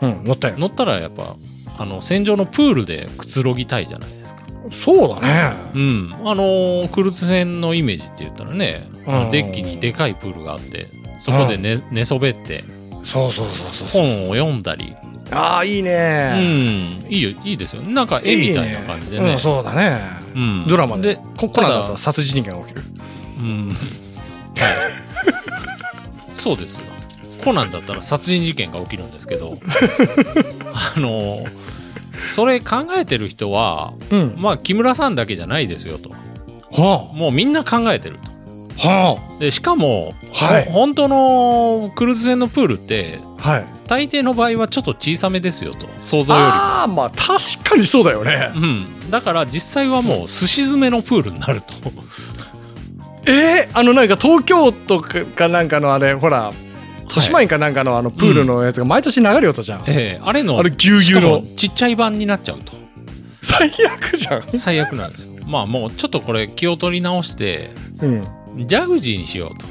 Speaker 3: と
Speaker 2: ん、乗ったよ。
Speaker 3: 乗ったらやっぱあの戦場のプールでくつろぎたいじゃないですか
Speaker 2: そうだ
Speaker 3: う
Speaker 2: ね。
Speaker 3: んあのークルーズ船のイメージって言ったらね、あの
Speaker 2: うん
Speaker 3: デッキにでかいプールがあってそこで寝寝そべって
Speaker 2: そうそうそうそうそう。
Speaker 3: 本を読んだり
Speaker 2: ああ、いいうね。
Speaker 3: んいいよいいですよなんか絵みたいな感じで
Speaker 2: いい
Speaker 3: ね
Speaker 2: うん、そうだね。
Speaker 3: うん
Speaker 2: ドラマで、こコナンだ
Speaker 3: た
Speaker 2: と
Speaker 3: だ
Speaker 2: 殺人事件が起きる。
Speaker 3: うんはいそうですよコナンだったら殺人事件が起きるんですけどあのそれ考えてる人は
Speaker 2: うん。
Speaker 3: まあ木村さんだけじゃないですよと
Speaker 2: は
Speaker 3: もうみんな考えてると
Speaker 2: あ、は
Speaker 3: でしかも、
Speaker 2: はい
Speaker 3: ほ本当のクルーズ船のプールって
Speaker 2: あ、はい。
Speaker 3: 大抵の場合はちょっと小さめですよと想像よ
Speaker 2: ああ、まあ確かにそうだよね
Speaker 3: り。も、うん、だから実際はもうすし詰めのプールになると
Speaker 2: えー、あのなんか東京都かなんかのあれほら豊島園かなんかのあのプールのやつが毎年流れよったじゃん、
Speaker 3: ええあれの
Speaker 2: あれぎゅうぎゅうの
Speaker 3: しかもちっちゃい版になっちゃうと
Speaker 2: 最悪じゃん。
Speaker 3: 最悪なんですよまあもうちょっとこれ気を取り直して
Speaker 2: うん。
Speaker 3: ジャグジーにしようと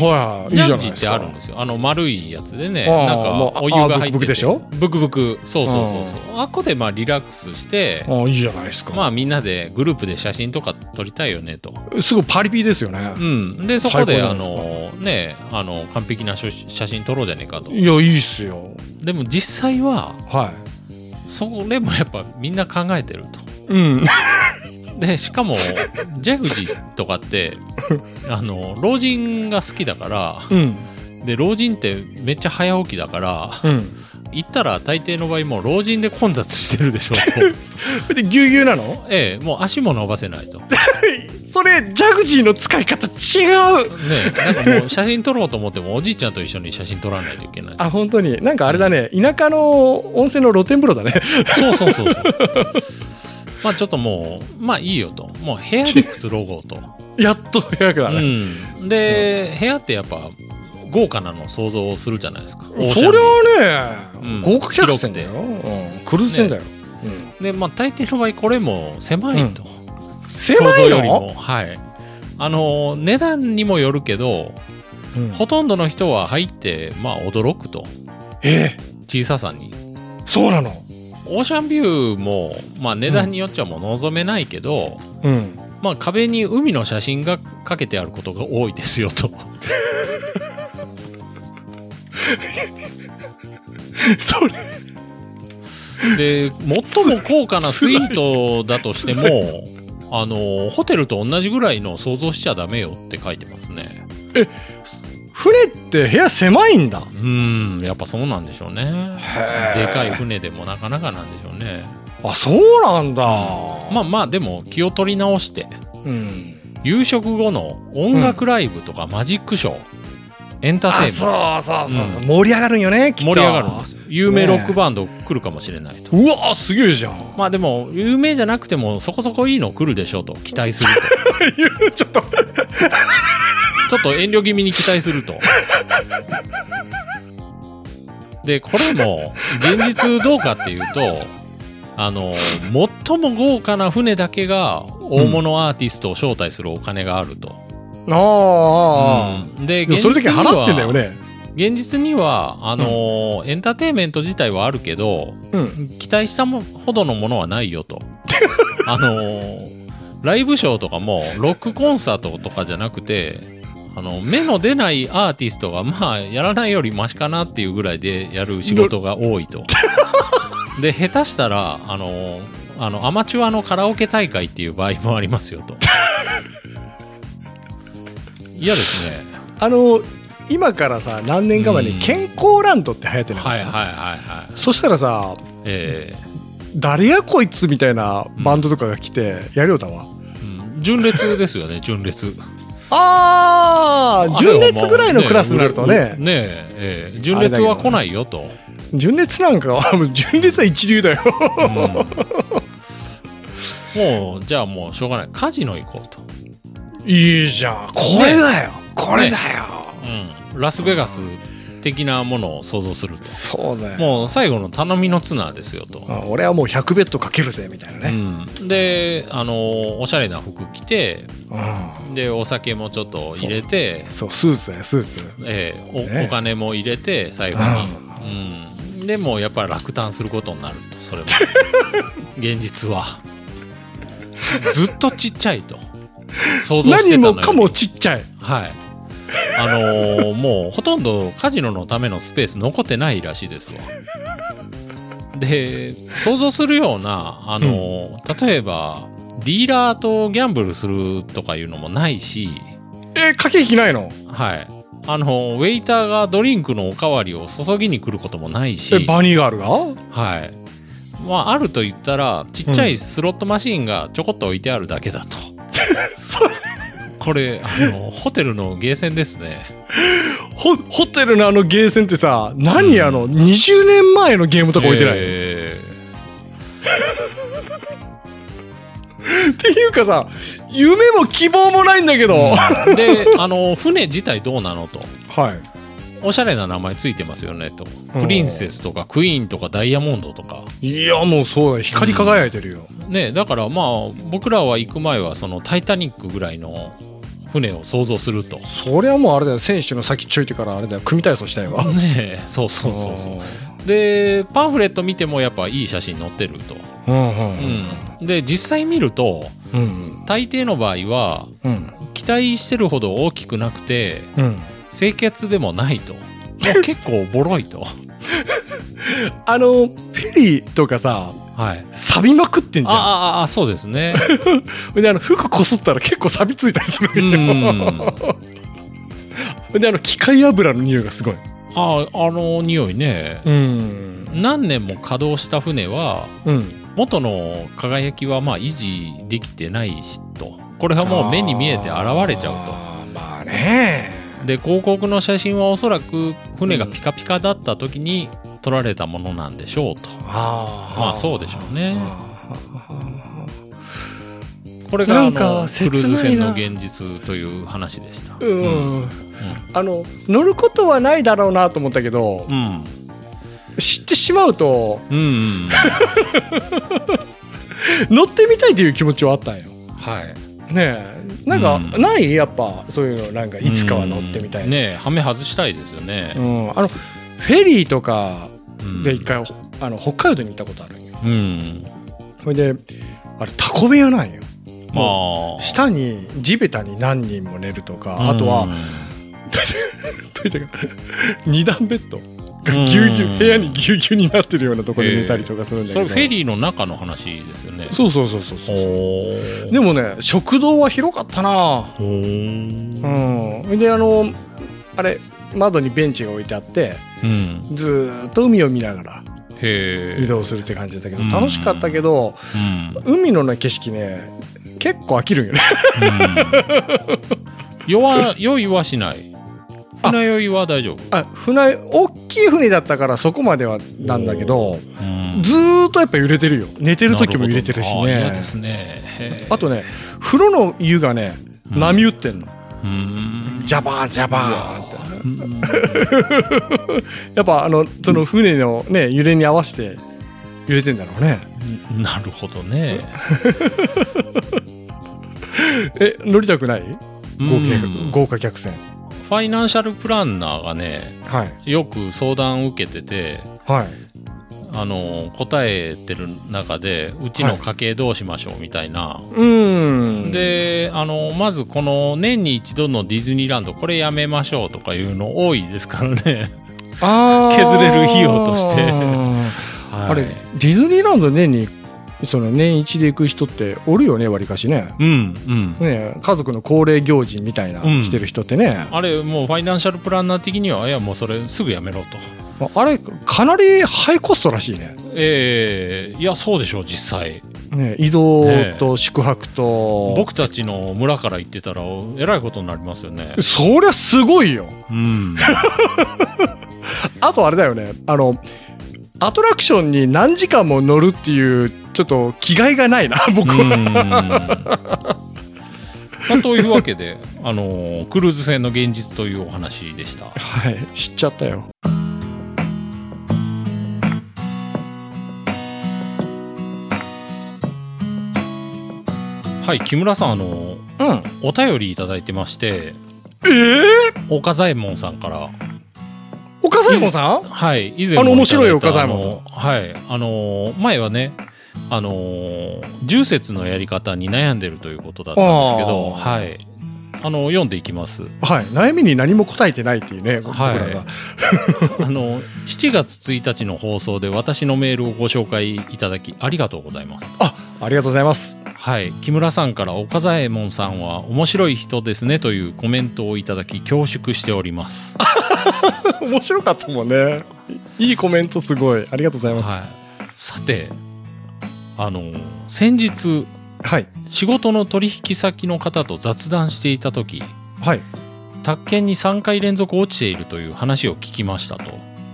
Speaker 2: ほら、いい
Speaker 3: ジ
Speaker 2: じゃ
Speaker 3: ャ
Speaker 2: ない
Speaker 3: グ
Speaker 2: で
Speaker 3: ジーっ
Speaker 2: す
Speaker 3: てある
Speaker 2: か
Speaker 3: ん。ですよあの丸いやつでね
Speaker 2: ああ
Speaker 3: なん
Speaker 2: もう
Speaker 3: か
Speaker 2: あ
Speaker 3: お湯が入ってて
Speaker 2: あブクブクでしょ
Speaker 3: ブクブクそうそうそうそうあっこでまあリラックスして
Speaker 2: ああ、いいじゃないですか。
Speaker 3: まあみんなでグループで写真とか撮りたいよねと。
Speaker 2: すごいパリピですよね
Speaker 3: う。ん、でそこで
Speaker 2: 最
Speaker 3: あ
Speaker 2: 高じゃない
Speaker 3: のねあの完璧な写写真撮ろうじゃねえかと
Speaker 2: いや、いいっすよ。
Speaker 3: でも実際は
Speaker 2: は
Speaker 3: それもやっぱみんな考えてると
Speaker 2: い。うん。
Speaker 3: でしかもジャグジーとかってあの老人が好きだから
Speaker 2: うん。
Speaker 3: で老人ってめっちゃ早起きだから
Speaker 2: うん。
Speaker 3: 行ったら大抵の場合もう老人で混雑してるでしょう
Speaker 2: で、ぎゅうぎゅうなの
Speaker 3: と ええもう足も伸ばせないとね
Speaker 2: それ、ジャグジーの使い方違う
Speaker 3: えなんかもう写真撮ろうと思ってもおじいちゃんと一緒に写真撮らないといけない
Speaker 2: あ、本当に。なんかあれだね、田舎の温泉の露天風呂だね。
Speaker 3: そうそうそうそうまあちょっともうまあいいよともう部屋でくつろごうと、
Speaker 2: やっと早くだね。
Speaker 3: うん、で、部屋ってやっぱ豪華なのを想像するじゃないですか
Speaker 2: そ
Speaker 3: オーシャンビュー
Speaker 2: りゃね、
Speaker 3: うん
Speaker 2: 豪華客船だよ。うんクルーズ船だよ。うん
Speaker 3: で、まあ、大抵の場合これも狭いと、
Speaker 2: 狭
Speaker 3: 想像
Speaker 2: い
Speaker 3: よりも
Speaker 2: の
Speaker 3: はいあの値段にもよるけど
Speaker 2: うん
Speaker 3: ほとんどの人は入ってまあ驚くと
Speaker 2: ええ
Speaker 3: 小ささに
Speaker 2: そうなの。
Speaker 3: オーシャンビューも、まあ、値段によっちゃもう望めないけど、
Speaker 2: うん。
Speaker 3: まあ、壁に海の写真がかけてあることが多いですよ と
Speaker 2: それ、
Speaker 3: で最も高価なスイートだとしてもあのホテルと同じぐらいの想像しちゃダメよって書いてますね
Speaker 2: 船って部屋狭いんだ。
Speaker 3: うーんやっぱそうなんでしょうね
Speaker 2: へー
Speaker 3: でかい船でもなかなかなんでしょうね
Speaker 2: あ、そうなんだ。
Speaker 3: まあまあでも気を取り直して
Speaker 2: うん。
Speaker 3: 夕食後の音楽ライブとかマジックショー、エンター
Speaker 2: あ、
Speaker 3: テインメント
Speaker 2: そうそうそうう。盛り上がるんよね、きっと。
Speaker 3: 盛り上がるんですよ有名ロックバンド来るかもしれないと、
Speaker 2: うわすげえじゃん。
Speaker 3: まあでも有名じゃなくてもそこそこいいの来るでしょうと期待する
Speaker 2: ちょっと、
Speaker 3: とちょっと遠慮気味に期待するとでこれも現実どうかっていうとあの最も豪華な船だけが大物アーティストを招待するお金があると、
Speaker 2: ああ、
Speaker 3: うんで
Speaker 2: でもそれだけ
Speaker 3: 現実に
Speaker 2: 払っ
Speaker 3: は
Speaker 2: てんだよね。
Speaker 3: 現実にはあの、エンターテインメント自体はあるけど
Speaker 2: うん。
Speaker 3: 期待したもほどのものはないよと あのーライブショーとかもロックコンサートとかじゃなくてあの目の出ないアーティストがまあやらないよりマシかなっていうぐらいでやる仕事が多い とで下手したらあのーあのアマチュアのカラオケ大会っていう場合もあります よと嫌ですね
Speaker 2: あの、今からさ、何年か前
Speaker 3: うん
Speaker 2: に健康ランドって流行ってなか
Speaker 3: は
Speaker 2: っ
Speaker 3: い
Speaker 2: た
Speaker 3: はいはいはい
Speaker 2: そしたらさ、
Speaker 3: え
Speaker 2: 誰やこいつみたいなバンドとかが来て、やりようだわ。
Speaker 3: えうん純烈ですよね純烈
Speaker 2: ああ、純烈ぐらいのクラスになると
Speaker 3: ね
Speaker 2: ね、
Speaker 3: えええ純烈は来ないよと、
Speaker 2: 純烈なんかは、も う純烈は一流だよ。
Speaker 3: うんもうじゃあもうしょうがないカジノ行こうと、
Speaker 2: いいじゃん。これだよ。これだよ。
Speaker 3: うん、ラスベガス的なものを想像すると
Speaker 2: そうだよ。
Speaker 3: もう最後の頼みの綱ですよと、
Speaker 2: あ俺はもう100ベッドかけるぜみたいな
Speaker 3: う
Speaker 2: ね。
Speaker 3: ん、であのおしゃれな服着て
Speaker 2: うん
Speaker 3: でお酒もちょっと入れて
Speaker 2: そう、スーツだよ、スーツ。
Speaker 3: ええお
Speaker 2: ね
Speaker 3: お金も入れて最後に、うん、でもうやっぱり落胆することになるとそ れも現実はずっとちっちゃいと想像してた
Speaker 2: 何
Speaker 3: のよ
Speaker 2: もかもちっちゃい。
Speaker 3: はいあのーもうほとんどカジノのためのスペース残ってないらしいですわで想像するようなあのー例えばディーラーとギャンブルするとかいうのもないし
Speaker 2: え、駆け引きないの
Speaker 3: はい。あの、ウェイターがドリンクのおかわりを注ぎに来ることもないし、
Speaker 2: え、
Speaker 3: はい。
Speaker 2: バニーガール が
Speaker 3: まあ、あると言ったら、ちっちゃいスロットマシーンがちょこっと置いてあるだけだと。
Speaker 2: それ、
Speaker 3: これ、あ の、ホテルのゲーセンですね。
Speaker 2: ホホテルのあのゲーセンってさ、何あの、20年前のゲームとか置いてない、
Speaker 3: え
Speaker 2: っていうかさ、夢も希望もないんだけど。
Speaker 3: ーうんで、あの、船自体どうなのと。
Speaker 2: はい。
Speaker 3: おしゃれな名前ついてますよねとプリンセスとかクイーンとかダイヤモンドとか
Speaker 2: いやもうそうだ光り輝いてるよ、
Speaker 3: ねだからまあ僕らは行く前はその「タイタニック」ぐらいの船を想像するとね
Speaker 2: それはもうあれだよ選手の先っちょいてからあれだよ組体操したい わ
Speaker 3: えそうそうそうそうでパンフレット見てもやっぱいい写真載ってると、
Speaker 2: うんうん
Speaker 3: うん、で実際見ると
Speaker 2: うんうん
Speaker 3: 大抵の場合は
Speaker 2: うん
Speaker 3: 期待してるほど大きくなくて
Speaker 2: うん
Speaker 3: 清潔でもない と結構ボロいと
Speaker 2: あのフェリーとかさ
Speaker 3: はい
Speaker 2: 錆びまくってんじ
Speaker 3: あ
Speaker 2: ゃ
Speaker 3: あああそうですね
Speaker 2: んであの服こすったら結構錆びついたりする
Speaker 3: うん
Speaker 2: だよ
Speaker 3: ん
Speaker 2: であの機械油の匂いがすごい
Speaker 3: あああの匂いね
Speaker 2: うん
Speaker 3: 何年も稼働した船は
Speaker 2: うん
Speaker 3: 元の輝きはまあ維持できてないしとこれはもう目に見えて現れちゃう
Speaker 2: あーまあね
Speaker 3: とで広告の写真はおそらく船がピカピカだった時に撮られたものなんでしょうと
Speaker 2: あ
Speaker 3: まあそうでしょうね
Speaker 2: あ
Speaker 3: これがあ
Speaker 2: な
Speaker 3: の
Speaker 2: んか
Speaker 3: クルー
Speaker 2: 切
Speaker 3: ズ
Speaker 2: ない
Speaker 3: 船
Speaker 2: な
Speaker 3: の現実という話でした
Speaker 2: ーうん、あの乗ることはないだろうなと思ったけど、
Speaker 3: うん
Speaker 2: 知ってしまうと
Speaker 3: うんうん
Speaker 2: 乗ってみたいという気持ちはあったんよ
Speaker 3: はい
Speaker 2: ねえなんか、
Speaker 3: うん
Speaker 2: ないやっぱそういうのなんかいつかは乗ってみたいな、
Speaker 3: ねえハメ外したいですよね
Speaker 2: う、んあのフェリーとか
Speaker 3: うん
Speaker 2: で一回、あの北海道に行ったことあるんよ
Speaker 3: うん
Speaker 2: それであれタコ部屋なんよ
Speaker 3: ま
Speaker 2: もう
Speaker 3: あ
Speaker 2: 下に地べたに何人も寝るとか、あと
Speaker 3: う
Speaker 2: は
Speaker 3: ん
Speaker 2: とにかく二段ベッドがぎゅうぎゅう、
Speaker 3: うん
Speaker 2: 部屋にぎゅうぎゅうになってるようなところで寝たりとかするんだ
Speaker 3: そ
Speaker 2: け
Speaker 3: れ
Speaker 2: ど、
Speaker 3: フェリーの中の話ですよね
Speaker 2: そうそうそうそうそう
Speaker 3: おー
Speaker 2: でもね食堂は広かったな
Speaker 3: ほー
Speaker 2: うんであのあれ窓にベンチが置いてあって
Speaker 3: うん
Speaker 2: ずーっと海を見ながら
Speaker 3: へえ
Speaker 2: 移動するって感じだったけ
Speaker 3: うん
Speaker 2: ど楽しかったけど
Speaker 3: うん
Speaker 2: 海のね景色ね結構飽きるんよね
Speaker 3: 弱酔いはしない
Speaker 2: あ
Speaker 3: 船酔いは大丈夫
Speaker 2: あ船大きい船だったからそこまではなんだけど
Speaker 3: うん
Speaker 2: ずーっとやっぱ揺れてるよ寝て
Speaker 3: て
Speaker 2: る時も揺れてるし
Speaker 3: 嫌
Speaker 2: ね
Speaker 3: ですねへー
Speaker 2: あとね風呂の湯がね
Speaker 3: うん
Speaker 2: 波打ってんの
Speaker 3: うん
Speaker 2: ジャバーンジャ
Speaker 3: う
Speaker 2: バ
Speaker 3: わ
Speaker 2: ーンって
Speaker 3: ーうん
Speaker 2: やっぱあのその船のね揺れに合わせて揺れてんだろうね
Speaker 3: なるほどね
Speaker 2: え乗りたくない豪華客
Speaker 3: うん
Speaker 2: 豪華客船
Speaker 3: ファイナンシャルプランナーがね
Speaker 2: はい
Speaker 3: よく相談を受けてて
Speaker 2: はい
Speaker 3: あの答えてる中でうちの家計どうしましょうみたいな、
Speaker 2: うん
Speaker 3: であのまずこの年に一度のディズニーランドこれやめましょうとかいうの多いですからね、
Speaker 2: あー
Speaker 3: 削れる費用として
Speaker 2: あれディズニーランド年にその年一で行く人っておるよねわりかしね
Speaker 3: うんうん
Speaker 2: ね家族の恒例行事みたいな
Speaker 3: うん
Speaker 2: してる人ってね、
Speaker 3: あれもうファイナンシャルプランナー的にはいやもうそれすぐやめろと
Speaker 2: あれかなりハイコストらしいね
Speaker 3: ええいやそうでしょう実際
Speaker 2: ね移動
Speaker 3: ね
Speaker 2: と宿泊と、
Speaker 3: 僕たちの村から行ってたらえらいことになりますよ ね
Speaker 2: そりゃすごいよ
Speaker 3: うん
Speaker 2: あとあれだよねあのアトラクションに何時間も乗るっていうちょっと気概がないな 僕は、
Speaker 3: うんま あというわけで、あのクルーズ船の現実というお話でした。
Speaker 2: はい知っちゃったよ
Speaker 3: はい、木村さん、あの
Speaker 2: うん
Speaker 3: お便りいただいてまして、
Speaker 2: ええ
Speaker 3: 岡左衛門さんから、
Speaker 2: 岡左衛門さん
Speaker 3: はい、以前
Speaker 2: あの
Speaker 3: もただた
Speaker 2: 面白い岡左衛門さん
Speaker 3: あのはい、あの前はね、あの重節のやり方に悩んでるということだったんですけど、
Speaker 2: あー
Speaker 3: はい、あの読んでいき ます。
Speaker 2: はい悩みに何も答えてないっていうね僕ら
Speaker 3: はい
Speaker 2: が、
Speaker 3: あの7月1日の放送で私のメールをご紹介いただきありがとうございます。
Speaker 2: ありがとうございます
Speaker 3: はい、木村さんから岡左衛門さんは面白い人ですねというコメントをいただき恐縮しております。は、
Speaker 2: 面白かったもんねいいコメントすごいありがとうございますはい
Speaker 3: さてあの先日
Speaker 2: いはい、
Speaker 3: 仕事の取引先の方と雑談していた時宅建に3回連続落ちているという話を聞きましたと、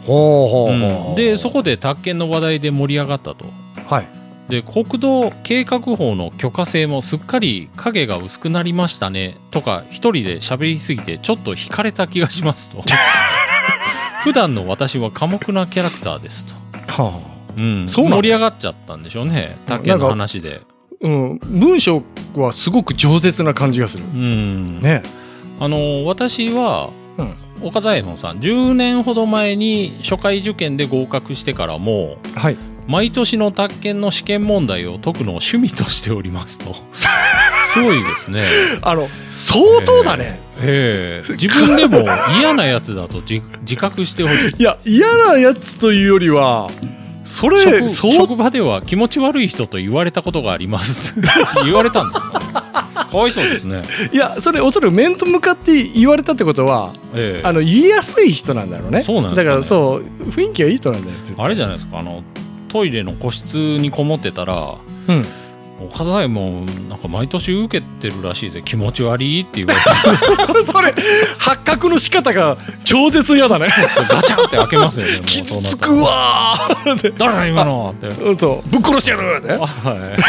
Speaker 2: ほうほうほう、
Speaker 3: うんでそこで宅建の話題で盛り上がったと
Speaker 2: はい
Speaker 3: で国道計画法の許可制もすっかり影が薄くなり ましたねとか一人で喋りすぎてちょっと惹かれた気がしますと普段の私は寡黙なキャラクターですと。
Speaker 2: は
Speaker 3: うん、
Speaker 2: そうなの
Speaker 3: 盛り上がっちゃったんでしょうね竹の話で。
Speaker 2: あ、うん、文章はすごく饒舌な感じがする
Speaker 3: うん
Speaker 2: ね
Speaker 3: あの私は、
Speaker 2: うん
Speaker 3: 岡左衛門さん10年ほど前に初回受験で合格してからも
Speaker 2: はい
Speaker 3: 毎年の宅建の試験問題を解くのを趣味としております とすごいですね
Speaker 2: あの相当だね、
Speaker 3: ええ自分でも嫌なやつだと自自覚しており
Speaker 2: いや嫌なやつというよりは それ
Speaker 3: 職
Speaker 2: そう
Speaker 3: 職場では気持ち悪い人と言われたことがあります 言われたんですかかわいそうですね、
Speaker 2: いやそれおそらく面と向かって言われたってことは
Speaker 3: ええ
Speaker 2: あの言いやすい人なんだろうね
Speaker 3: そうなんですか
Speaker 2: だか
Speaker 3: ね
Speaker 2: らそう雰囲気がいい人なんだよ絶対
Speaker 3: あれじゃないですかあのトイレの個室にこもってたら
Speaker 2: うん
Speaker 3: 岡田大もなんか毎年受けてるらしいぜ気持ち悪いって言われて
Speaker 2: それ発覚の仕方が超絶嫌だね
Speaker 3: ガチャンって 開けますよねもう
Speaker 2: 傷
Speaker 3: そうなっ
Speaker 2: つ
Speaker 3: た
Speaker 2: く
Speaker 3: ら
Speaker 2: わ
Speaker 3: 誰だ今のって
Speaker 2: ーうんそうぶっ殺してやるって
Speaker 3: あはい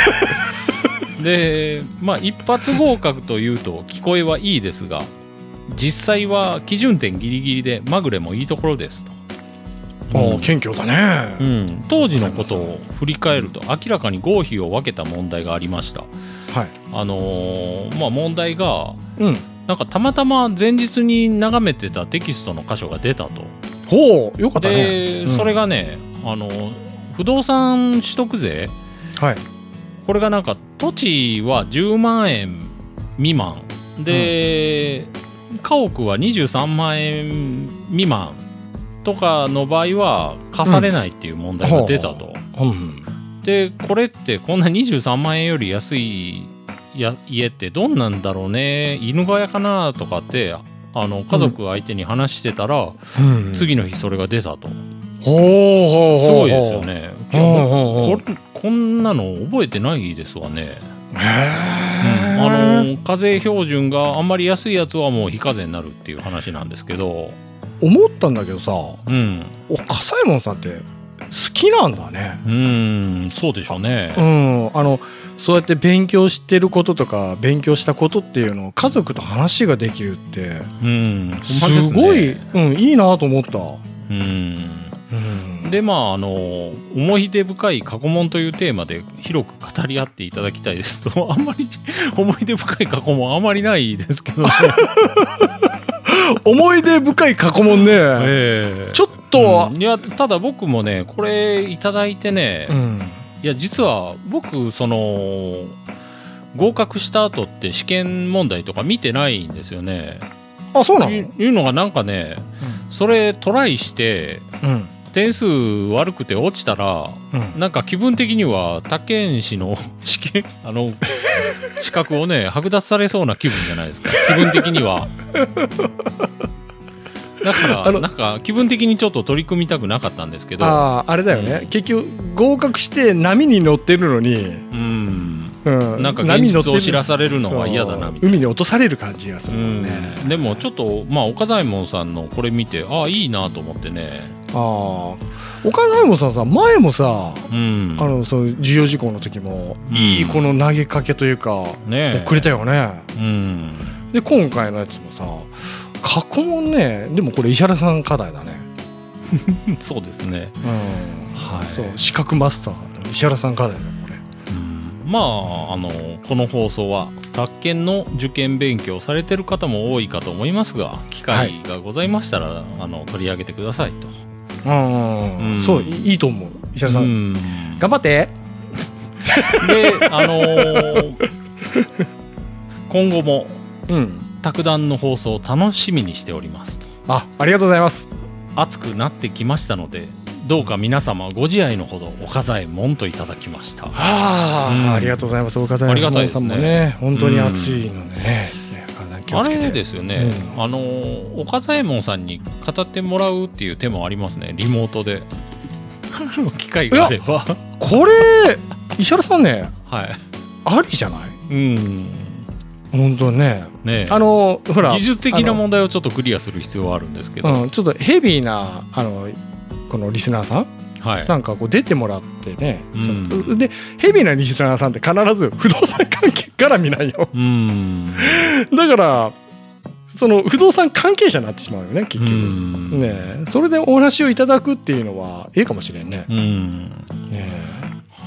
Speaker 3: でまあ一発合格というと聞こえはいいですが実際は基準点ギリギリでまぐれもいいところですと
Speaker 2: お
Speaker 3: うん
Speaker 2: ー謙虚だね
Speaker 3: うん、当時のことを振り返ると明らかに合否を分けた問題がありました
Speaker 2: はい
Speaker 3: あのーまあ問題が
Speaker 2: うん
Speaker 3: なんかたまたま前日に眺めてたテキストの箇所が出たと。
Speaker 2: ほうよかったね
Speaker 3: で、
Speaker 2: うん
Speaker 3: それがねあの不動産取得税
Speaker 2: はい
Speaker 3: これがなんか土地は10万円未満で、家屋は23万円未満とかの場合は貸されないっていう問題が出たと。
Speaker 2: うん
Speaker 3: でこれってこんな23万円より安いや家ってどんなんだろうね犬小屋かなとかってあの家族相手に話してたら、
Speaker 2: うん
Speaker 3: 次の日それが出た
Speaker 2: ほ
Speaker 3: と、
Speaker 2: う
Speaker 3: す
Speaker 2: ほうほうほ
Speaker 3: ご
Speaker 2: う
Speaker 3: いですよねい
Speaker 2: ほう
Speaker 3: や
Speaker 2: ほうほ
Speaker 3: 僕
Speaker 2: う
Speaker 3: これこんなの覚えてないですわね、
Speaker 2: へ
Speaker 3: うん
Speaker 2: ー
Speaker 3: あの課税標準があんまり安いやつはもう非課税になるっていう話なんですけど
Speaker 2: 思ったんだけどさ
Speaker 3: うん
Speaker 2: 岡左衛門さんって好きなんだね
Speaker 3: うんそうでしょうね
Speaker 2: うんあのそうやって勉強してることとか勉強したことっていうのを家族と話ができるって
Speaker 3: うん、ほんまですね
Speaker 2: ごい、うん、いいなと思った、
Speaker 3: うん
Speaker 2: うん
Speaker 3: でまああの思い出深い過去問というテーマで広く語り合っていただきたいですと あんまり思い出深い過去問あまりないですけ ど、ね、
Speaker 2: 思い出深い過去問ね、
Speaker 3: え
Speaker 2: ちょっと、
Speaker 3: いやただ僕もねこれいただいてね、
Speaker 2: うん
Speaker 3: いや実は僕その合格した後って試験問題とか見てないんですよね。
Speaker 2: あそうなの、う
Speaker 3: いういうのがなんかねそれトライして
Speaker 2: ん
Speaker 3: 点数悪くて落ちたら
Speaker 2: うん、
Speaker 3: なんか気分的には、他県市の 試験、あの、資格をね、剥奪されそうな気分じゃないですか。気分的には。だか
Speaker 2: あ
Speaker 3: ら、
Speaker 2: の
Speaker 3: なんか気分的にちょっと取り組みたくなかったんですけど、
Speaker 2: あああれだよね、
Speaker 3: うん
Speaker 2: 結局合格して波に乗ってるのに、
Speaker 3: うん。
Speaker 2: うん、
Speaker 3: なんか現
Speaker 2: 波に乗って
Speaker 3: 実を知らされる
Speaker 2: る
Speaker 3: のは嫌だな、
Speaker 2: そう
Speaker 3: みたいな。
Speaker 2: 海に落とされる感じがす
Speaker 3: う
Speaker 2: るもん
Speaker 3: ん
Speaker 2: ね、
Speaker 3: でもちょっと、まあ、岡左衛門さんのこれ見て、ああ、いいなと思ってね。
Speaker 2: ああ岡田もさんさ前もさ
Speaker 3: うん。
Speaker 2: あのその重要事項の時も、
Speaker 3: うん
Speaker 2: いいこの投げかけというか、
Speaker 3: ねえ
Speaker 2: くれたよね
Speaker 3: うん。
Speaker 2: で今回のやつもさ過去問ねでもこれ石原さん課題だね
Speaker 3: そうですね。
Speaker 2: うん、
Speaker 3: はい
Speaker 2: そう資格マスターの石原さん課題だよこれ
Speaker 3: まあ、あの、この放送は、宅建の受験勉強をされてる方も多いかと思いますが、機会がございましたら、あの、取り上げてください
Speaker 2: う
Speaker 3: と。
Speaker 2: ん、
Speaker 3: うん
Speaker 2: そういいいと思う石原さん、
Speaker 3: うん
Speaker 2: 頑張って
Speaker 3: で、あのー今後も、
Speaker 2: うん
Speaker 3: 卓談の放送を楽しみにしておりますと。
Speaker 2: あありがとうございます
Speaker 3: 暑くなってきましたので、どうか皆様ご自愛のほど、おかざえもんといただきました。
Speaker 2: はあ、
Speaker 3: うん
Speaker 2: ありがとうございます岡崎
Speaker 3: ありがたいです
Speaker 2: さ
Speaker 3: ね
Speaker 2: んもね本当に暑いのね、ね体に気を
Speaker 3: あ
Speaker 2: つけて
Speaker 3: れですよね、
Speaker 2: うん
Speaker 3: あのー岡左衛門さんに語ってもらうっていう手もありますねリモー トであの機会があれば
Speaker 2: これ石原さんね
Speaker 3: はい
Speaker 2: ありじゃない
Speaker 3: うん
Speaker 2: 本当ね
Speaker 3: ねえ
Speaker 2: あのほら
Speaker 3: 技術的な
Speaker 2: あの
Speaker 3: 問題をちょっとクリアする必要はあるんですけど、
Speaker 2: うん、ちょっとヘビーなあのこのリスナーさん
Speaker 3: はい
Speaker 2: なんかこう出てもらってね、
Speaker 3: うん
Speaker 2: そのでヘビーなリスナーさんって必ず不動産関係絡みなんよ
Speaker 3: うん
Speaker 2: だからその不動産関係者になってしまうよね結局、
Speaker 3: うん
Speaker 2: ねえそれでお話をいただくっていうのはいいかもしれんね,ね
Speaker 3: うん。
Speaker 2: え、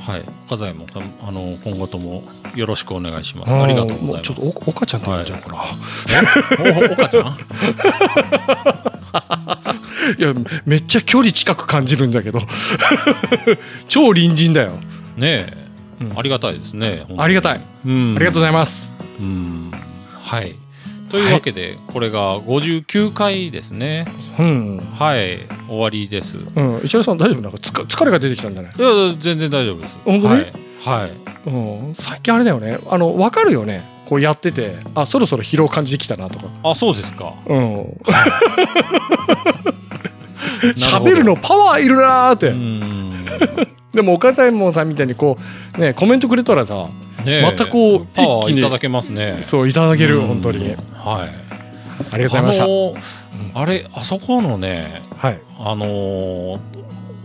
Speaker 3: はい。岡崎も、かあの、今後ともよろしくお願いします。ありがとうございます。
Speaker 2: もうちょっとお岡ちゃんって呼んじゃうから、
Speaker 3: お、お岡ちゃん
Speaker 2: いやめっちゃ距離近く感じるんだけど 超隣人だよ
Speaker 3: ねえ、
Speaker 2: うん
Speaker 3: ありがたいですね。
Speaker 2: ありがたい、
Speaker 3: うん。
Speaker 2: ありがとうご
Speaker 3: う。
Speaker 2: ざいます
Speaker 3: うん。はい。というわけで、これが59回ですね。
Speaker 2: うん
Speaker 3: はい。終わりです。い
Speaker 2: うん、石原さん大丈夫なんかつか疲れが出てきたんじゃない、
Speaker 3: や、全然大丈夫です。
Speaker 2: 本当に
Speaker 3: はい。はい。
Speaker 2: うん、最近あれだよねあの分かるよねこうやっててあそろそろ疲労感じてきたなとか
Speaker 3: あ、そうですか。
Speaker 2: うん
Speaker 3: なほど
Speaker 2: 喋るのパワーいるなーって、
Speaker 3: うん。
Speaker 2: でも岡左衛門さんみたいにこうねコメントくれたらさ
Speaker 3: ねえ
Speaker 2: またこう
Speaker 3: パワ
Speaker 2: 一
Speaker 3: ー
Speaker 2: 気に
Speaker 3: いただけますね。
Speaker 2: そういただける
Speaker 3: うん
Speaker 2: 本当に
Speaker 3: はい。
Speaker 2: ありがとうございました
Speaker 3: あのあれ、あそこのね、
Speaker 2: はい
Speaker 3: あのー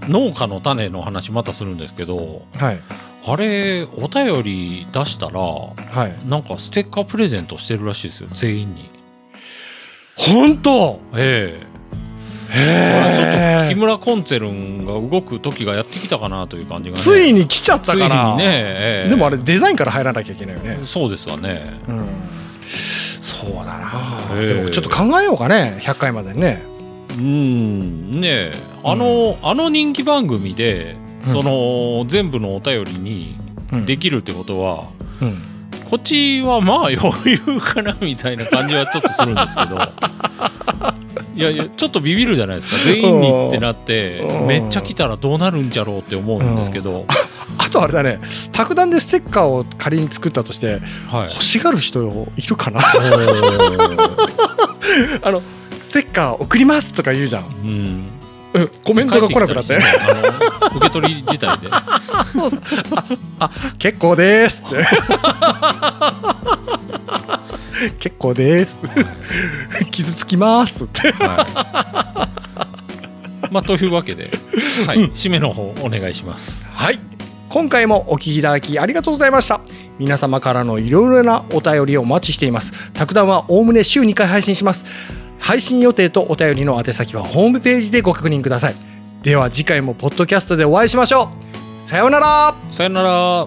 Speaker 3: 農家の種の話またするんですけど、
Speaker 2: はい
Speaker 3: あれ、お便り出したら、
Speaker 2: はい
Speaker 3: なんかステッカープレゼントしてるらしいですよ、全員に。
Speaker 2: 本当
Speaker 3: え
Speaker 2: へ
Speaker 3: え木
Speaker 2: え
Speaker 3: 村コンツェルンが動く時がやってきたかなという感じが、ね、
Speaker 2: ついに来ちゃった
Speaker 3: つい
Speaker 2: か
Speaker 3: に
Speaker 2: ら、
Speaker 3: ね、ええ
Speaker 2: でもあれデザインから入らなきゃいけないよね、
Speaker 3: そうですわね。
Speaker 2: うん、そうだな、
Speaker 3: ええ
Speaker 2: でもちょっと考えようかね100回までにね
Speaker 3: うん、ねえあの、あの人気番組で、
Speaker 2: うん
Speaker 3: その、全部のお便りに
Speaker 2: うん
Speaker 3: できるってことは、
Speaker 2: うん
Speaker 3: こっちはまあ余裕かなみたいな感じはちょっとするんですけどいやいやちょっとビビるじゃないですか全員にってなって
Speaker 2: うん
Speaker 3: めっちゃ来たらどうなるんじゃろうって思うんですけど、
Speaker 2: あとあれだね卓談でステッカーを仮に作ったとして
Speaker 3: はい
Speaker 2: 欲しがる人いるかな あのステッカー送りますとか言うじゃん
Speaker 3: うん
Speaker 2: うんコメントが来なくなって
Speaker 3: 帰きたりしてあの受け取り 自体で
Speaker 2: そうそうああ結構ですって 結構です 傷つきますって
Speaker 3: はいまあというわけで、はい締めの方お願いします
Speaker 2: はい今回もお聞きいただきありがとうございました皆様からのいろいろなお便りをお待ちしています卓談はおおむね週2回配信します配信予定とお便りの宛先はホームページでご確認くださいでは次回もポッドキャストでお会いしましょうさようなら
Speaker 3: さよなら